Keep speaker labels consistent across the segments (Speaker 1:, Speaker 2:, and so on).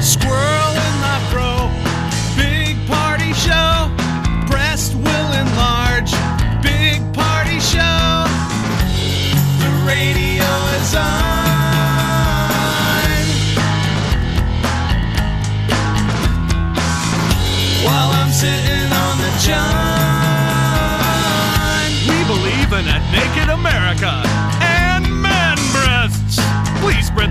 Speaker 1: Squirrel in my bro, big party show. Breast will enlarge, big party show. The radio is on. While I'm sitting on the john.
Speaker 2: We believe in a naked America and man breasts. Please spread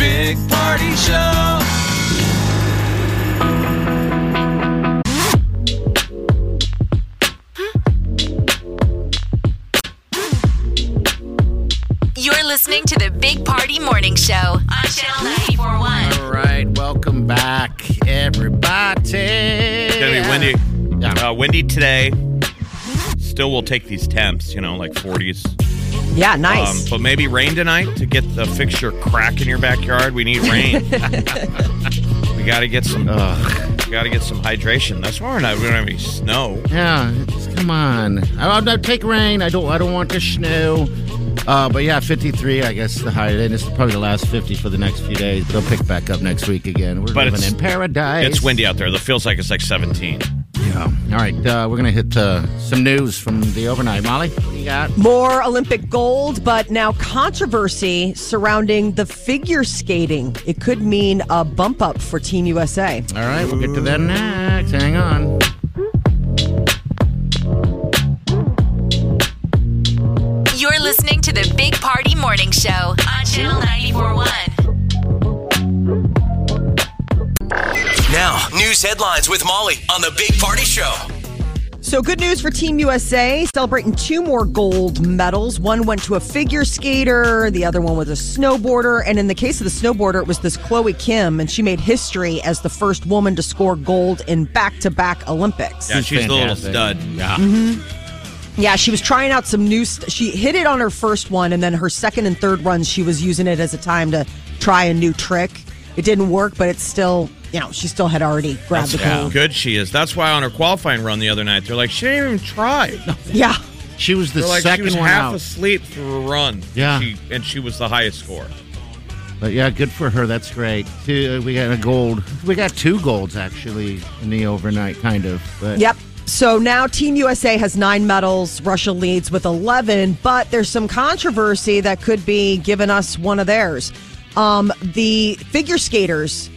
Speaker 1: Big party show.
Speaker 3: You're listening to the Big Party Morning Show on Channel 941.
Speaker 4: All right, welcome back, everybody. It's
Speaker 5: It's gonna be windy.
Speaker 4: Yeah.
Speaker 5: Uh, windy today. Still, we'll take these temps. You know, like 40s.
Speaker 6: Yeah,
Speaker 5: Um,
Speaker 6: nice.
Speaker 5: but maybe rain tonight to get the fixture crack in your backyard. We need rain. we got to get some. uh, We got to get some hydration. That's why we're not. We don't have any snow.
Speaker 4: Yeah, it's- come on. I, I, I take rain. I don't. I don't want the snow. Uh, but yeah, 53. I guess the higher. And it's probably the last 50 for the next few days. But it'll pick back up next week again. We're
Speaker 5: But
Speaker 4: living
Speaker 5: it's-
Speaker 4: in paradise.
Speaker 5: It's windy out there. It feels like it's like 17.
Speaker 4: Yeah. All right, uh, we're gonna hit uh, some news from the overnight. Molly, what do you got?
Speaker 6: More Olympic gold, but now controversy surrounding the figure skating. It could mean a bump up for Team USA.
Speaker 4: All right, we'll get to that next. Hang on.
Speaker 3: You're listening to the Big Party Morning Show on Channel 941.
Speaker 1: Now, news headlines with Molly on the Big Party Show.
Speaker 6: So, good news for Team USA, celebrating two more gold medals. One went to a figure skater, the other one was a snowboarder. And in the case of the snowboarder, it was this Chloe Kim, and she made history as the first woman to score gold in back to back Olympics.
Speaker 5: Yeah, she's the little
Speaker 4: fantastic.
Speaker 5: stud. Yeah.
Speaker 6: Yeah, she was trying out some new. St- she hit it on her first one, and then her second and third runs, she was using it as a time to try a new trick. It didn't work, but it's still, you know, she still had already grabbed the
Speaker 5: How
Speaker 6: gold.
Speaker 4: Mm-hmm.
Speaker 5: good she is. That's why on her qualifying run the other night, they're like, she didn't even try.
Speaker 6: Yeah.
Speaker 4: She was the
Speaker 5: They're like, she
Speaker 4: second
Speaker 5: was
Speaker 4: one
Speaker 5: half
Speaker 4: out.
Speaker 5: asleep through her run.
Speaker 4: Yeah.
Speaker 5: She, and she was the highest score.
Speaker 4: But yeah, good for her. That's great. Two, uh, we got a gold. We got two golds actually in the overnight, kind of. But
Speaker 6: Yep. So now Team USA has nine medals. Russia leads with 11, but there's some controversy that could be giving us one of theirs. Um, the figure skaters,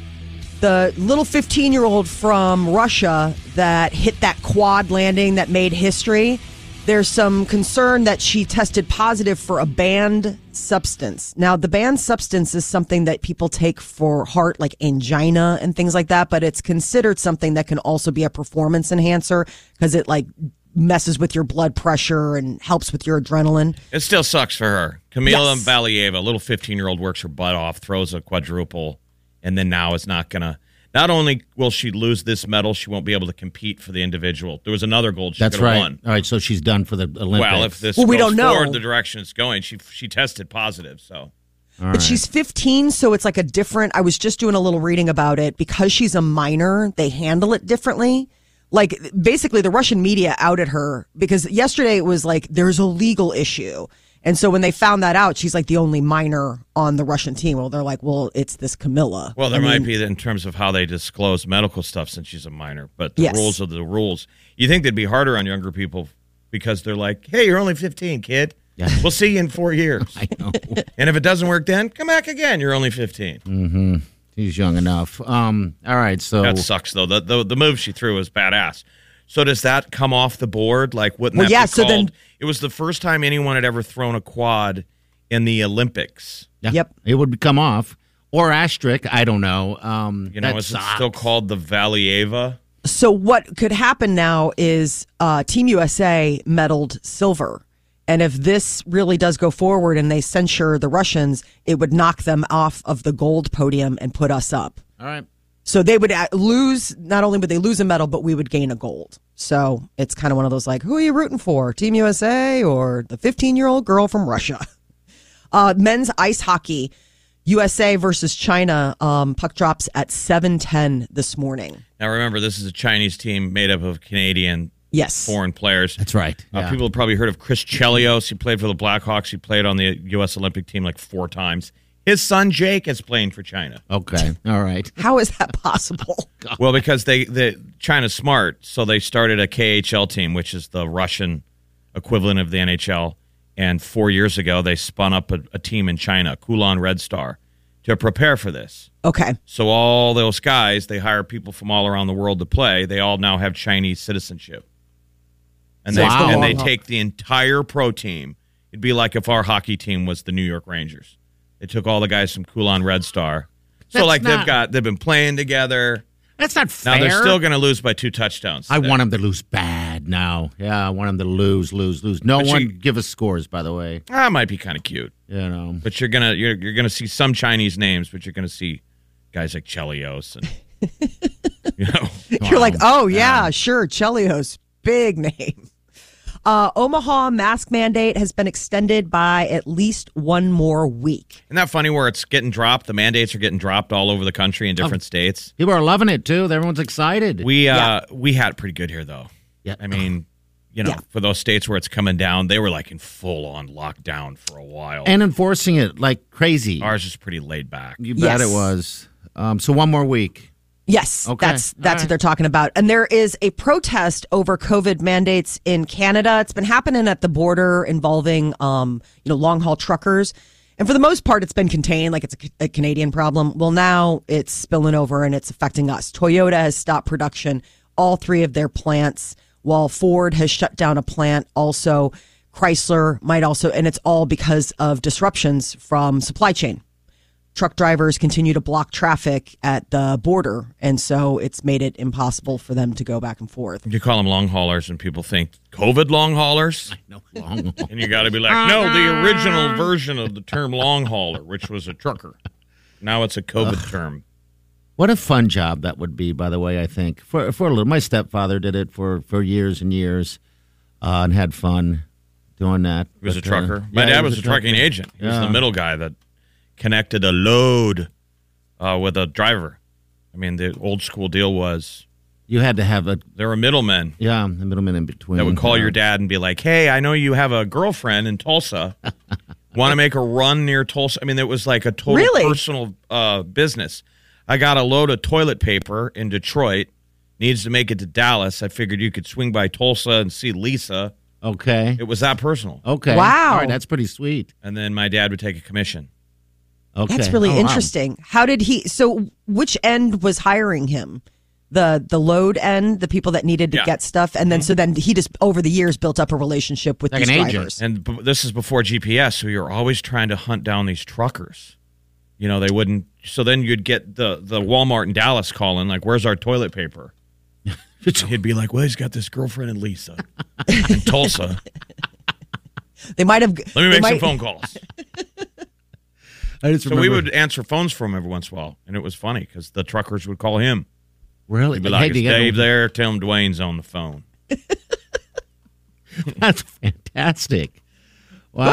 Speaker 6: the little 15 year old from Russia that hit that quad landing that made history, there's some concern that she tested positive for a banned substance. Now, the banned substance is something that people take for heart, like angina and things like that, but it's considered something that can also be a performance enhancer because it like messes with your blood pressure and helps with your adrenaline.
Speaker 5: It still sucks for her. Camila
Speaker 6: Yes.
Speaker 5: Valieva, little 15 year old, works her butt off, throws a quadruple, and then now is not going to. Not only will she lose this medal, she won't be able to compete for the individual. There was another gold she
Speaker 4: that's
Speaker 5: could have
Speaker 4: right.
Speaker 5: won.
Speaker 4: All right, so she's done for the Olympics.
Speaker 5: Well, if this
Speaker 6: Well, we
Speaker 5: goes
Speaker 6: don't know.
Speaker 5: forward the direction it's going, she she tested positive. So
Speaker 6: but she's 15 so it's like a different i was just doing a little reading about it because she's a minor they handle it differently like basically the russian media outed her because yesterday it was like there's a legal issue and so when they found that out she's like the only minor on the russian team well they're like well it's this camilla
Speaker 5: Well, there might be in terms of how they disclose medical stuff since she's a minor, but the
Speaker 6: Yes.
Speaker 5: rules are the rules. You think they'd be harder on younger people because they're like, "Hey, you're only 15, kid. We'll see you in four years.
Speaker 4: I know.
Speaker 5: And if it doesn't work then, come back again. You're only 15.
Speaker 4: He's young enough. Um. All right. So
Speaker 5: That sucks, though. The, the, the move she threw was badass. So does that come off the board? Like, wouldn't
Speaker 6: Well,
Speaker 5: that
Speaker 6: yeah,
Speaker 5: be
Speaker 6: so then-
Speaker 5: called? it was the first time anyone had ever thrown a quad in the Olympics.
Speaker 4: Yeah,
Speaker 6: Yep.
Speaker 4: it would come off or asterisk. I don't know. Um.
Speaker 5: You know,
Speaker 4: that
Speaker 5: is it
Speaker 4: sucks.
Speaker 5: still called the Valieva?
Speaker 6: So what could happen now is uh, Team USA medaled silver, and if this really does go forward and they censure the Russians, it would knock them off of the gold podium and put us up.
Speaker 4: All right.
Speaker 6: So they would uh, lose. Not only would they lose a medal, but we would gain a gold. So it's kind of one of those like, who are you rooting for, Team USA or the 15 year old girl from Russia? Uh, men's ice hockey, USA versus China. Um, puck drops at 7:10 this morning.
Speaker 5: Now, remember, this is a Chinese team made up of Canadian
Speaker 6: Yes.
Speaker 5: foreign players.
Speaker 4: That's right.
Speaker 5: Uh,
Speaker 4: Yeah.
Speaker 5: People have probably heard of Chris Chelios. He played for the Blackhawks. He played on the U.S. Olympic team like four times. His son Jake is playing for China.
Speaker 4: okay. All right.
Speaker 6: How is that possible?
Speaker 5: Well, because they, they China's smart, so they started a KHL team, which is the Russian equivalent of the NHL. And four years ago, they spun up a, a team in China, Kulan Red Star, to prepare for this.
Speaker 6: Okay.
Speaker 5: So all those guys, they hire people from all around the world to play. They all now have Chinese citizenship, and they
Speaker 4: Wow.
Speaker 5: and they take the entire pro team. It'd be like if our hockey team was the New York Rangers. They took all the guys from Kulan Red Star. So
Speaker 4: That's
Speaker 5: like
Speaker 4: not-
Speaker 5: they've got they've been playing together.
Speaker 4: That's not
Speaker 5: Now
Speaker 4: fair.
Speaker 5: they're still going to lose by two touchdowns.
Speaker 4: I
Speaker 5: today.
Speaker 4: want him to lose bad now. Yeah, I want him to lose, lose, lose. No
Speaker 5: But
Speaker 4: one
Speaker 5: you-
Speaker 4: give us scores, by the way.
Speaker 5: That might be kind of cute,
Speaker 4: You know.
Speaker 5: but you're gonna you're, you're gonna see some Chinese names, but you're gonna see guys like Chelios and you know
Speaker 6: You're like, oh yeah, sure, Chelios, big name. Uh, Omaha mask mandate has been extended by at least one more week.
Speaker 5: Isn't that funny where it's getting dropped? The mandates are getting dropped all over the country
Speaker 4: Um,
Speaker 5: in different states.
Speaker 4: People are loving it too. Everyone's excited.
Speaker 5: We uh we had it pretty good here though.
Speaker 4: Yeah.
Speaker 5: I mean, you know,
Speaker 6: Yeah.
Speaker 5: for those states where it's coming down, they were like in full on lockdown for a while.
Speaker 4: and enforcing it like crazy.
Speaker 5: ours is pretty laid back.
Speaker 4: you bet
Speaker 6: Yes.
Speaker 4: it was. Um, so one more week.
Speaker 6: Yes,
Speaker 4: Okay.
Speaker 6: that's
Speaker 4: All
Speaker 6: that's
Speaker 4: right.
Speaker 6: what they're talking about. And there is a protest over COVID mandates in Canada. It's been happening at the border involving um, you know long haul truckers. And for the most part, it's been contained, like it's a, C- a Canadian problem. Well, now it's spilling over and it's affecting us. Toyota has stopped production, all three of their plants, while Ford has shut down a plant. Also, Chrysler might also, and it's all because of disruptions from supply chain truck drivers continue to block traffic at the border, and so it's made it impossible for them to go back and forth.
Speaker 5: You call them long haulers and people think COVID long haulers.
Speaker 4: No long.
Speaker 5: And you got to be like, no, the original version of the term long hauler, which was a trucker. Now it's a COVID term.
Speaker 4: What a fun job that would be, by the way, I think. For for a little my stepfather did it for, for years and years, uh, and had fun doing that.
Speaker 5: He was a
Speaker 4: But, uh,
Speaker 5: trucker. My
Speaker 4: yeah, he
Speaker 5: dad was, a trucking agent. He was the middle guy that connected a load uh, with a driver. I mean, the old school deal was
Speaker 4: You had to have a
Speaker 5: there were middlemen
Speaker 4: yeah, a middleman in between.
Speaker 5: that would call
Speaker 4: Yeah.
Speaker 5: your dad and be like, "Hey, I know you have a girlfriend in Tulsa. Want to make a run near Tulsa?" I mean, it was like a total
Speaker 6: Really?
Speaker 5: personal uh, business. I got a load of toilet paper in Detroit. Needs to make it to Dallas. I figured you could swing by Tulsa and see Lisa.
Speaker 4: Uh, Okay.
Speaker 5: It was that personal.
Speaker 4: Okay.
Speaker 6: Wow.
Speaker 4: All right, that's pretty sweet.
Speaker 5: And then my dad would take a commission.
Speaker 4: Okay.
Speaker 6: That's really
Speaker 4: Oh, wow.
Speaker 6: interesting. How did he? So, which end was hiring him? The the load end, the people that needed to
Speaker 5: Yeah.
Speaker 6: get stuff, and then so then he just over the years built up a relationship with
Speaker 4: Like
Speaker 6: these
Speaker 4: an agent.
Speaker 6: drivers.
Speaker 5: And b- this is before GPS, so you're always trying to hunt down these truckers. You know, they wouldn't. So then you'd get the the Walmart in Dallas calling, like, "Where's our toilet paper?" And he'd be like, "Well, he's got this girlfriend in Lisa in Tulsa.
Speaker 6: They might have.
Speaker 5: Let me make some phone calls."
Speaker 4: I just
Speaker 5: So we
Speaker 4: remember-
Speaker 5: would answer phones for him every once in a while, and it was funny because the truckers would call him.
Speaker 4: really
Speaker 5: He'd be
Speaker 4: Hey,
Speaker 5: like,
Speaker 4: do
Speaker 5: "Is
Speaker 4: you got
Speaker 5: Dave
Speaker 4: a-
Speaker 5: there? Tell him Dwayne's on the phone."
Speaker 4: That's fantastic. Wow.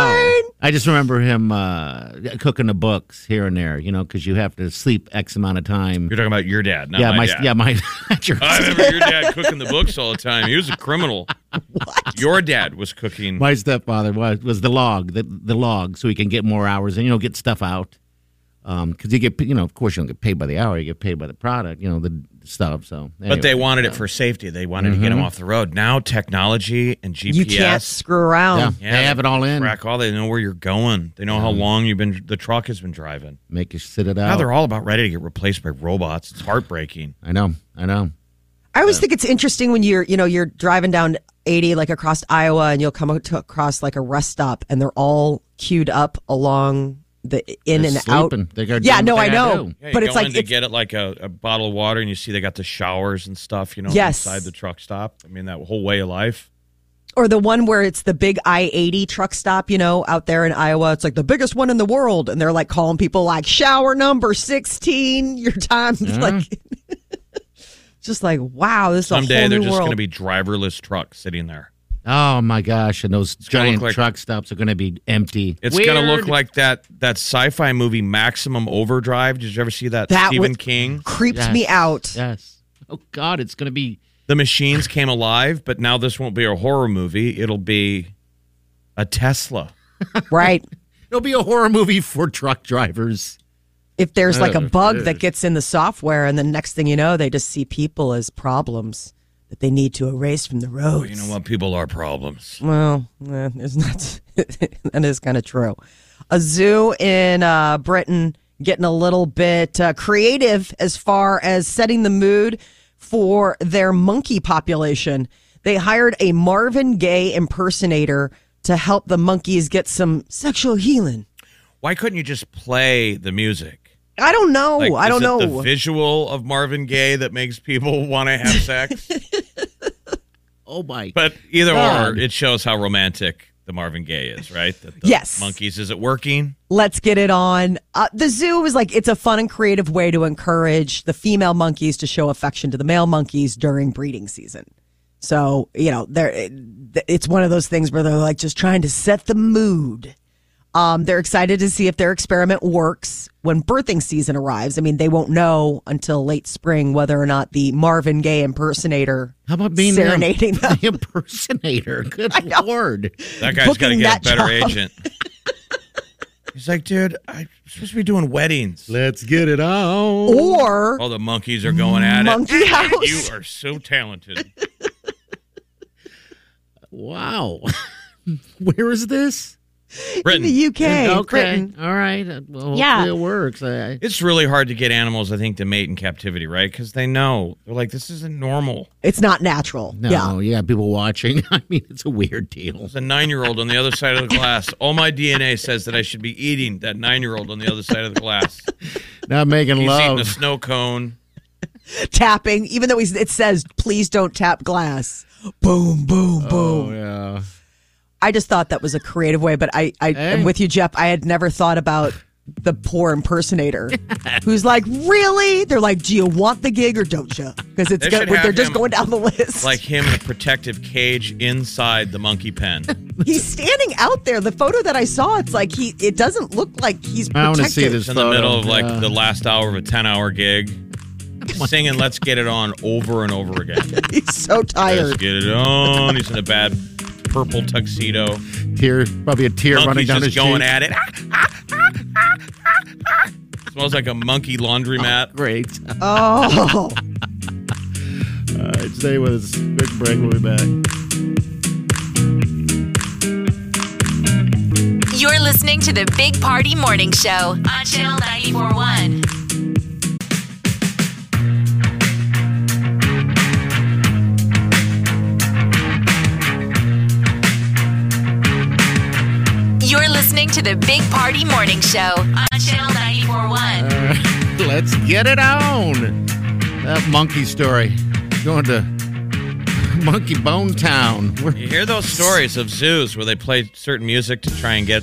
Speaker 4: I just remember him uh, cooking the books here and there, you know, because you have to sleep X amount of time.
Speaker 5: You're talking about your dad, not
Speaker 4: yeah,
Speaker 5: my,
Speaker 4: my,
Speaker 5: dad.
Speaker 4: yeah, my your-
Speaker 5: I remember your dad cooking the books all the time. He was a criminal. Your dad was cooking.
Speaker 4: my stepfather was was the log, the the log, so he can get more hours and you know get stuff out. because you get you know of course you don't get paid by the hour, you get paid by the product, you know the stuff. So,
Speaker 5: But they
Speaker 4: anyway,
Speaker 5: wanted
Speaker 4: yeah.
Speaker 5: it for safety. They wanted to get them off the road. Now technology and GPS.
Speaker 6: Mm-hmm. You can't screw around.
Speaker 4: Yeah, they have it all in.
Speaker 5: Track all. They know where you're going. They know how long you've been. The truck has been driving.
Speaker 4: Make you sit it
Speaker 5: Now
Speaker 4: out.
Speaker 5: they're all about ready to get replaced by robots. It's heartbreaking.
Speaker 4: I know, I know.
Speaker 6: I always think it's interesting when you're, you know, you're driving down 80 like across Iowa and you'll come ac- to- across like a rest stop and they're all queued up along the in
Speaker 4: They're
Speaker 6: and
Speaker 4: sleeping.
Speaker 6: out.
Speaker 4: They gotta do
Speaker 6: yeah,
Speaker 4: what
Speaker 6: no,
Speaker 4: they
Speaker 6: I
Speaker 4: gotta
Speaker 6: know.
Speaker 4: do.
Speaker 5: Yeah,
Speaker 6: but
Speaker 5: you
Speaker 6: it's
Speaker 5: go
Speaker 6: like
Speaker 5: in to
Speaker 6: it's-
Speaker 5: get it like a, a bottle of water, and you see they got the showers and stuff. You know,
Speaker 6: Yes.
Speaker 5: inside the truck stop. I mean, that whole way of life.
Speaker 6: or the one where it's the big I 80 truck stop, you know, out there in Iowa. It's like the biggest one in the world. And they're like calling people like shower number 16, your time. Like, just like, wow, this is a
Speaker 5: Someday
Speaker 6: whole
Speaker 5: they're
Speaker 6: new
Speaker 5: just
Speaker 6: world.
Speaker 5: going to be driverless trucks sitting there.
Speaker 4: Oh my gosh! And those
Speaker 5: gonna
Speaker 4: giant
Speaker 5: look like-
Speaker 4: truck stops are going to be empty.
Speaker 5: It's going to look
Speaker 4: Weird.
Speaker 5: like that that sci-fi movie Maximum Overdrive. Did you ever see that?
Speaker 6: That
Speaker 5: Stephen
Speaker 6: was-
Speaker 5: King.
Speaker 6: Creeped
Speaker 4: Yes.
Speaker 6: me out.
Speaker 4: Yes. Oh God! It's going to be
Speaker 5: The machines came alive, but now this won't be a horror movie. It'll be a Tesla.
Speaker 6: Right.
Speaker 4: it'll be a horror movie for truck drivers.
Speaker 6: if there's like a
Speaker 4: Oh,
Speaker 6: bug that gets in the software and the next thing you know they just see people as problems that they need to erase from the roads.
Speaker 5: You know what? People are problems.
Speaker 6: Well, eh, it's not that is kind of true. A zoo in uh, Britain getting a little bit uh, creative as far as setting the mood for their monkey population. They hired a Marvin Gaye impersonator to help the monkeys get some sexual healing.
Speaker 5: Why couldn't you just play the music?
Speaker 6: I don't know.
Speaker 5: Like,
Speaker 6: I don't
Speaker 5: is
Speaker 6: know.
Speaker 5: it The visual of Marvin Gaye that makes people want to have sex.
Speaker 4: Oh my!
Speaker 5: But either
Speaker 4: God.
Speaker 5: or, it shows how romantic the Marvin Gaye is, right? That the
Speaker 6: Yes.
Speaker 5: Monkeys, is it working?
Speaker 6: let's get it on. Uh, the zoo is like it's a fun and creative way to encourage the female monkeys to show affection to the male monkeys during breeding season. So you know, they're it's one of those things where they're like just trying to set the mood. Um, they're excited to see if their experiment works when birthing season arrives. I mean, they won't know until late spring whether or not the Marvin Gaye impersonator
Speaker 4: How about being the-
Speaker 6: serenading them.
Speaker 4: the impersonator? Good lord!
Speaker 5: That guy's got to
Speaker 6: Booking that
Speaker 5: get a better
Speaker 6: job.
Speaker 5: agent. He's like, dude, I'm supposed to be doing weddings.
Speaker 4: Let's get it on.
Speaker 6: Or
Speaker 5: All the monkeys are going at
Speaker 6: Monkey
Speaker 5: it.
Speaker 6: house.
Speaker 5: You are so talented.
Speaker 4: Wow. Where is this?
Speaker 6: in
Speaker 5: Britain.
Speaker 6: the UK,
Speaker 4: okay.
Speaker 6: Britain.
Speaker 4: All right. Uh, Well,
Speaker 3: Yeah.
Speaker 4: hopefully it works. I, I-
Speaker 5: It's really hard to get animals, I think, to mate in captivity, right? Because they know they're like, this isn't normal.
Speaker 6: it's not natural.
Speaker 4: no,
Speaker 6: Yeah.
Speaker 4: yeah. people watching. I mean, it's a weird deal.
Speaker 5: There's a nine-year-old on the other side of the glass. All my DNA says that I should be eating that nine-year-old on the other side of the glass.
Speaker 4: Not making
Speaker 5: He's eating a
Speaker 4: love.
Speaker 5: snow cone.
Speaker 6: tapping, even though he's, it says, please don't tap glass. Boom, boom,
Speaker 5: Uh.
Speaker 6: boom.
Speaker 4: Oh, Yeah.
Speaker 6: I just thought that was a creative way, but I, I am
Speaker 4: Hey.
Speaker 6: with you, Jeff. I had never thought about the poor impersonator who's like, really? They're like, do you want the gig or don't you? Because it's
Speaker 5: They
Speaker 6: good.
Speaker 5: should
Speaker 6: they're
Speaker 5: have
Speaker 6: just
Speaker 5: him-
Speaker 6: going down the list.
Speaker 5: like him in a protective cage inside the monkey pen.
Speaker 6: he's standing out there. The photo that I saw, it's like he. It doesn't look like he's.
Speaker 4: I
Speaker 6: Protected.
Speaker 4: want to see this
Speaker 5: It's in the
Speaker 4: photo.
Speaker 5: middle of like
Speaker 4: Yeah.
Speaker 5: the last hour of a 10 hour gig, singing Let's Get It On over and over again.
Speaker 6: He's so
Speaker 5: Let's
Speaker 6: tired.
Speaker 5: get it on. He's in a bad purple tuxedo.
Speaker 4: tear, probably a tear running
Speaker 5: Monkey's
Speaker 4: down his
Speaker 5: just going
Speaker 4: cheek.
Speaker 5: at it. Smells like a monkey laundromat.
Speaker 4: Great. All
Speaker 6: Oh.
Speaker 4: right, stay with us. Big break. We'll be back.
Speaker 3: You're listening to the Big Party Morning Show on Channel 941. You're listening to the Big Party Morning Show on Channel 941.
Speaker 4: Let's get it on. That monkey story. Going to Monkey Bone Town. We're-
Speaker 5: You hear those stories of zoos where they play certain music to try and get.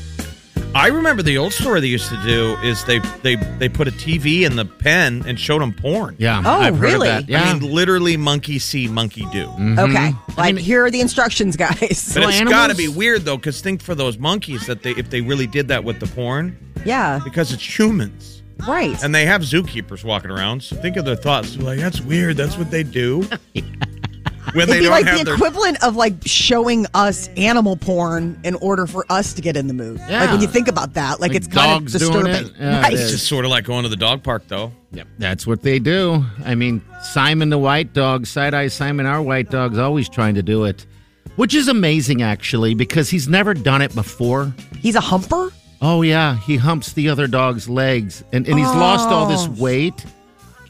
Speaker 5: I remember the old story they used to do is they they they put a TV in the pen and showed them porn.
Speaker 4: Yeah.
Speaker 6: Oh,
Speaker 4: I've heard of
Speaker 6: really?
Speaker 4: that. Yeah. Mm-hmm.
Speaker 5: I mean, literally, monkey see, monkey do.
Speaker 6: Okay. Like, here are the instructions, guys.
Speaker 5: But it's
Speaker 4: animals-
Speaker 5: got to be weird though, because think for those monkeys that they if they really did that with the porn,
Speaker 6: yeah.
Speaker 5: because it's humans
Speaker 6: Right.
Speaker 5: and they have zookeepers walking around. So think of their thoughts. They're like, that's weird. That's what they do. when they
Speaker 6: It'd be
Speaker 5: don't
Speaker 6: like
Speaker 5: have
Speaker 6: the
Speaker 5: their
Speaker 6: equivalent of like showing us animal porn in order for us to get in the mood. Like when
Speaker 4: Yeah.
Speaker 6: you think about that, like,
Speaker 4: Like
Speaker 6: it's kind of
Speaker 4: dogs doing it?
Speaker 6: disturbing.
Speaker 4: Yeah, it
Speaker 6: Right.
Speaker 4: is.
Speaker 5: It's just sort of like going to the dog park, though.
Speaker 4: Yep, that's what they do. I mean, Simon the white dog, side eye Simon, our white dog's always trying to do it, which is amazing actually because he's never done it before.
Speaker 6: He's a humper.
Speaker 4: Oh yeah, he humps the other dog's legs, and and he's lost all this
Speaker 5: Oh.
Speaker 4: weight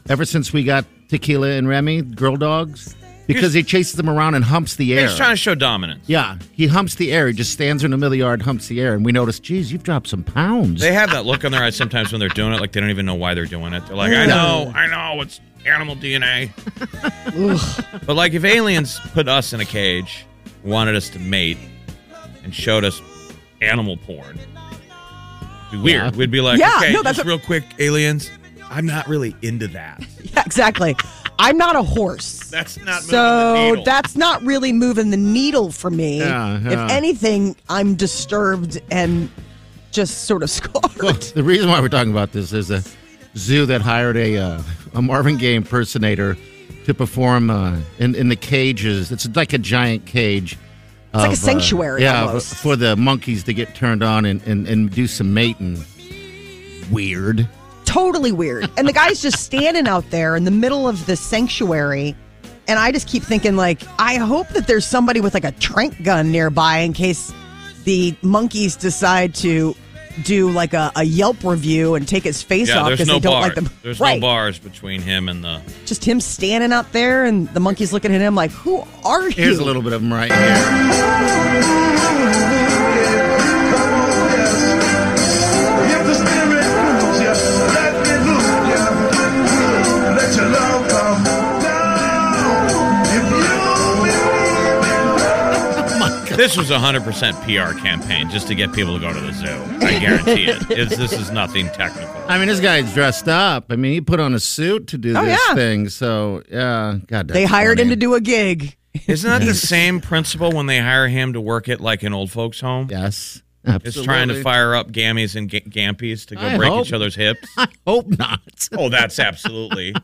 Speaker 4: ever since we got Tequila and Remy, girl dogs, because he chases them around and humps the air.
Speaker 5: He's trying to show dominance.
Speaker 4: yeah, he humps the air. He just stands in the middle of the yard, humps the air, and we notice, geez, you've dropped some pounds.
Speaker 5: They have that look on their eyes sometimes when they're doing it, like they don't even know why they're doing it. They're like, I know, I know, it's animal DNA. but like, if aliens put us in a cage, wanted us to mate, and showed us animal porn, it'd be weird.
Speaker 4: Yeah.
Speaker 5: We'd be like,
Speaker 6: Yeah,
Speaker 5: okay,
Speaker 6: no, that's
Speaker 5: just
Speaker 6: a-
Speaker 5: real quick, aliens. I'm not really into that.
Speaker 6: Yeah, exactly. I'm not a horse.
Speaker 5: That's not moving
Speaker 6: so.
Speaker 5: the needle.
Speaker 6: That's not really moving the needle for me.
Speaker 4: Yeah, yeah.
Speaker 6: If anything, I'm disturbed and just sort of scarred.
Speaker 4: Well, the reason why we're talking about this is a zoo that hired a uh, a Marvin Gaye impersonator to perform uh, in in the cages. It's like a giant cage. It's
Speaker 6: like a sanctuary
Speaker 4: yeah,
Speaker 6: almost.
Speaker 4: for the monkeys to get turned on and, and, and do some mating. Weird.
Speaker 6: totally weird. And the guy's just standing out there in the middle of the sanctuary. And I just keep thinking, like, I hope that there's somebody with like a trank gun nearby in case the monkeys decide to do like a, a Yelp review and take his face
Speaker 5: Yeah,
Speaker 6: off
Speaker 5: there's
Speaker 6: because
Speaker 5: no
Speaker 6: they don't
Speaker 5: bars.
Speaker 6: like them.
Speaker 5: There's
Speaker 6: right.
Speaker 5: no bars between him and the.
Speaker 6: Just him standing out there and the monkeys looking at him like, who are you?
Speaker 4: Here's a little bit of them right here.
Speaker 5: This was a 100% PR campaign just to get people to go to the zoo. I guarantee it. It's, this is nothing technical.
Speaker 4: I mean, this guy's dressed up. I mean, he put on a suit to do
Speaker 6: Oh,
Speaker 4: this
Speaker 6: yeah.
Speaker 4: thing. So, yeah, God.
Speaker 6: they
Speaker 4: that's
Speaker 6: hired him
Speaker 4: funny.
Speaker 6: to do a gig.
Speaker 5: Isn't that the same principle when they hire him to work at like an old folks home?
Speaker 4: Yes,
Speaker 5: It's
Speaker 4: absolutely.
Speaker 5: trying to fire up gammies and ga- gampies to go
Speaker 4: I
Speaker 5: break
Speaker 4: hope-
Speaker 5: each other's hips.
Speaker 4: I hope not.
Speaker 5: Oh, that's absolutely.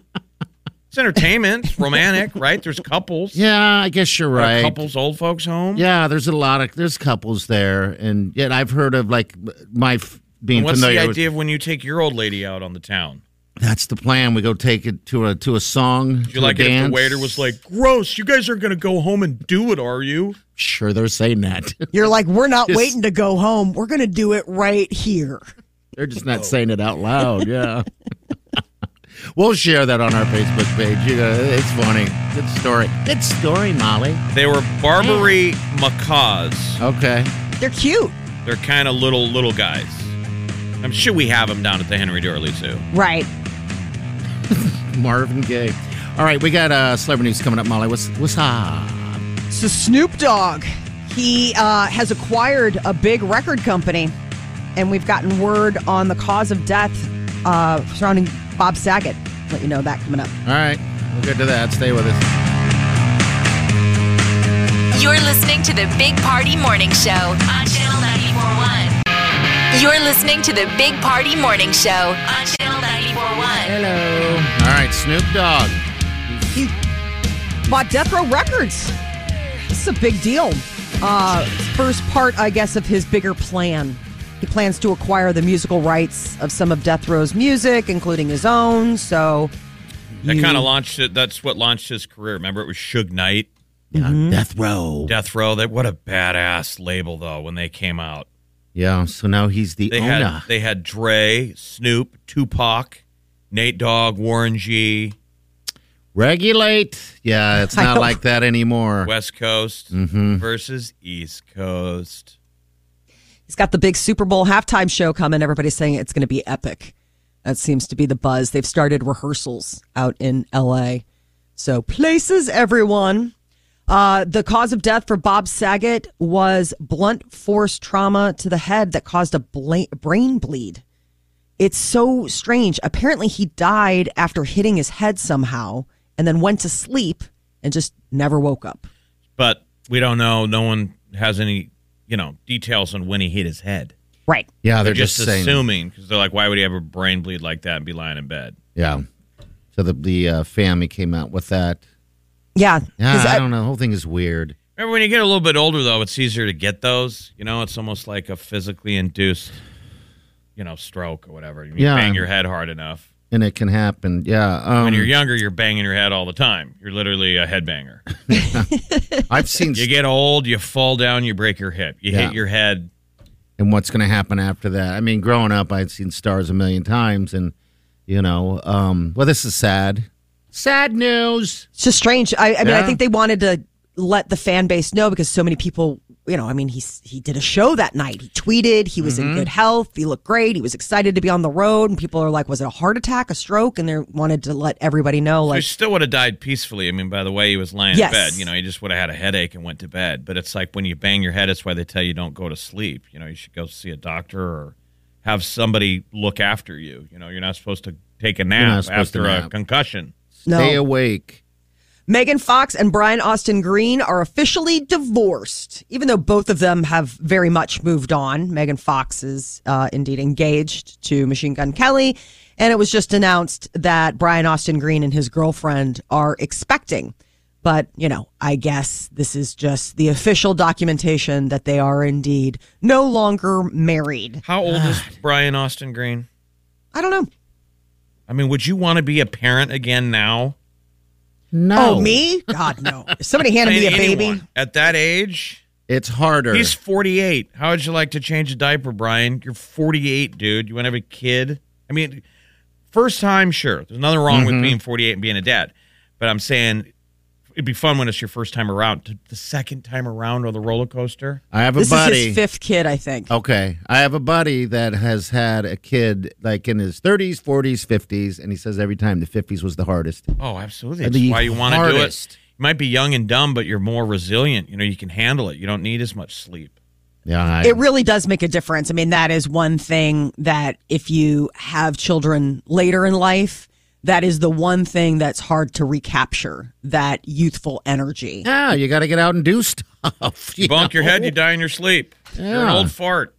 Speaker 5: It's entertainment, it's romantic, right? There's couples.
Speaker 4: Yeah, I guess you're
Speaker 5: Got a
Speaker 4: right.
Speaker 5: Couples, old folks home.
Speaker 4: Yeah, there's a lot of there's couples there, and yet I've heard of like my f- being
Speaker 5: And what's the
Speaker 4: familiar. with-
Speaker 5: idea of when you take your old lady out on the town?
Speaker 4: that's the plan. We go take it to a to a song.
Speaker 5: Do you like
Speaker 4: a
Speaker 5: it
Speaker 4: dance.
Speaker 5: if the waiter was like, gross, you guys aren't going to go home and do it, are you?
Speaker 4: "Sure, they're saying that.
Speaker 6: You're like, we're not
Speaker 4: Just-
Speaker 6: waiting to go home. We're going to do it right here.
Speaker 4: they're just
Speaker 5: Oh.
Speaker 4: not saying it out loud." Yeah. We'll share that on our Facebook page. You know, it's funny. Good story. Good story, Molly.
Speaker 5: They were Barbary macaws.
Speaker 4: Okay.
Speaker 6: They're cute.
Speaker 5: They're kind of little little guys. I'm sure we have them down at the Henry Dorley Zoo.
Speaker 6: Right.
Speaker 4: Marvin Gaye. All right, we got uh, celebrity news coming up, Molly. What's what's up?
Speaker 6: So Snoop Dogg, he uh, has acquired a big record company, and we've gotten word on the cause of death uh, surrounding Bob Saget. Let you know that coming up.
Speaker 4: All right, we'll get to that. Stay with us.
Speaker 3: You're listening to the Big Party Morning Show on Channel 941. You're listening to the Big Party Morning Show on Channel 941.
Speaker 4: Hello. All right, Snoop Dogg.
Speaker 6: He bought Death Row Records. This is a big deal. Uh, first part, I guess, of his bigger plan. He plans to acquire the musical rights of some of Death Row's music, including his own. So
Speaker 5: That kind of launched it. That's what launched his career. Remember, it was Suge Knight, Mm-hmm.
Speaker 4: Death Row.
Speaker 5: Death Row. That what a badass label though when they came out.
Speaker 4: Yeah, so now he's the
Speaker 5: They
Speaker 4: owner.
Speaker 5: had they had Dre, Snoop, Tupac, Nate Dogg, Warren G,
Speaker 4: Regulate. Yeah, it's not
Speaker 6: know.
Speaker 4: like that anymore.
Speaker 5: West Coast versus East Coast.
Speaker 6: He's got the big Super Bowl halftime show coming. Everybody's saying it's going to be epic. That seems to be the buzz. They've started rehearsals out in LA. So, places, everyone. Uh, the cause of death for Bob Saget was blunt force trauma to the head that caused a bla- brain bleed. It's so strange. Apparently, he died after hitting his head somehow and then went to sleep and just never woke up.
Speaker 5: But we don't know. No one has any you know details on when he hit his head.
Speaker 6: Right.
Speaker 4: yeah, they're, just, saying.
Speaker 5: assuming because they're like, why would he have a brain bleed like that and be lying in bed?
Speaker 4: Yeah. So the the uh, family came out with that.
Speaker 6: Yeah. 'cause
Speaker 4: Yeah, I
Speaker 6: I-
Speaker 4: don't know. The whole thing is weird.
Speaker 5: Remember, when you get a little bit older, though, it's easier to get those. You know, it's almost like a physically induced, you know, stroke or whatever. You
Speaker 4: Yeah.
Speaker 5: bang your head hard enough.
Speaker 4: And it can happen. Yeah. Um,
Speaker 5: When you're younger, you're banging your head all the time. You're literally a headbanger.
Speaker 4: I've seen
Speaker 5: You get old, you fall down, you break your hip, you
Speaker 4: Yeah.
Speaker 5: hit your head.
Speaker 4: and what's going to happen after that. I mean, growing up, I'd seen stars a million times, and you know, um, well, this is sad. Sad news.
Speaker 6: It's just strange. I, I mean, I
Speaker 4: Yeah.
Speaker 6: think they wanted to let the fan base know because so many people, you know, I mean, he's he did a show that night. He tweeted, he was in good health, he looked great, he was excited to be on the road, and people are like, was it a heart attack, a stroke? And they wanted to let everybody know,
Speaker 5: He
Speaker 6: like,
Speaker 5: still would have died peacefully. I mean, by the way, he was lying
Speaker 6: Yes.
Speaker 5: in bed. You know, he just would have had a headache and went to bed. But it's like when you bang your head, it's why they tell you don't go to sleep. You know, you should go see a doctor or have somebody look after you. You know, you're not supposed to take a nap
Speaker 4: not supposed to
Speaker 5: after a
Speaker 4: nap.
Speaker 5: concussion.
Speaker 6: no.
Speaker 4: Stay awake.
Speaker 6: Megan Fox and Brian Austin Green are officially divorced, even though both of them have very much moved on. Megan Fox is uh, indeed engaged to Machine Gun Kelly. And it was just announced that Brian Austin Green and his girlfriend are expecting. But, you know, I guess this is just the official documentation that they are indeed no longer married.
Speaker 5: How old is Brian Austin Green?
Speaker 6: I don't know.
Speaker 5: I mean, would you want to be a parent again now?
Speaker 4: No,
Speaker 6: Oh, me? God, no. If somebody handed me a
Speaker 5: Any-
Speaker 6: baby.
Speaker 5: anyone at that age?
Speaker 4: It's harder.
Speaker 5: He's 48. How would you like to change a diaper, Brian? You're 48, dude. You want to have a kid? I mean, first time, sure. There's nothing wrong
Speaker 4: Mm-hmm.
Speaker 5: with being 48 and being a dad. But I'm saying it'd be fun when it's your first time around. The second time around on the roller coaster.
Speaker 4: I have a
Speaker 6: This
Speaker 4: buddy.
Speaker 6: is his fifth kid, I think.
Speaker 4: Okay. I have a buddy that has had a kid like in his 30s, 40s, 50s, and he says every time the 50s was the hardest.
Speaker 5: Oh, absolutely.
Speaker 4: That'd
Speaker 5: That's
Speaker 4: be
Speaker 5: why you want to do it.
Speaker 4: hardest.
Speaker 5: You might be young and dumb, but you're more resilient. You know, you can handle it. You don't need as much sleep.
Speaker 4: Yeah. I,
Speaker 6: it really does make a difference. I mean, that is one thing that if you have children later in life, that is the one thing that's hard to recapture that youthful energy.
Speaker 4: yeah, you got to get out and do stuff. you
Speaker 5: You bonk your
Speaker 4: know?
Speaker 5: head, you die in your sleep. You're an
Speaker 4: Yeah.
Speaker 5: old fart.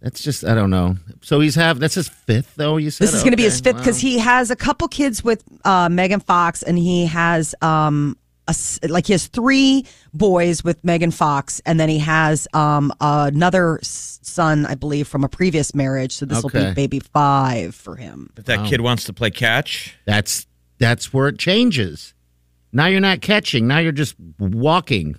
Speaker 4: That's just, I don't know. So he's have, that's his fifth, though, you said?
Speaker 6: This is going to be his
Speaker 4: Okay,
Speaker 6: fifth because
Speaker 4: wow.
Speaker 6: he has a couple kids with uh, Megan Fox, and he has um a s like he has three boys with Megan Fox, and then he has um another s- son, I believe, from a previous marriage. So this will
Speaker 4: Okay.
Speaker 6: be baby five for him.
Speaker 5: If that kid wants to play catch,
Speaker 4: That's that's where it changes. Now you're not catching. Now you're just walking.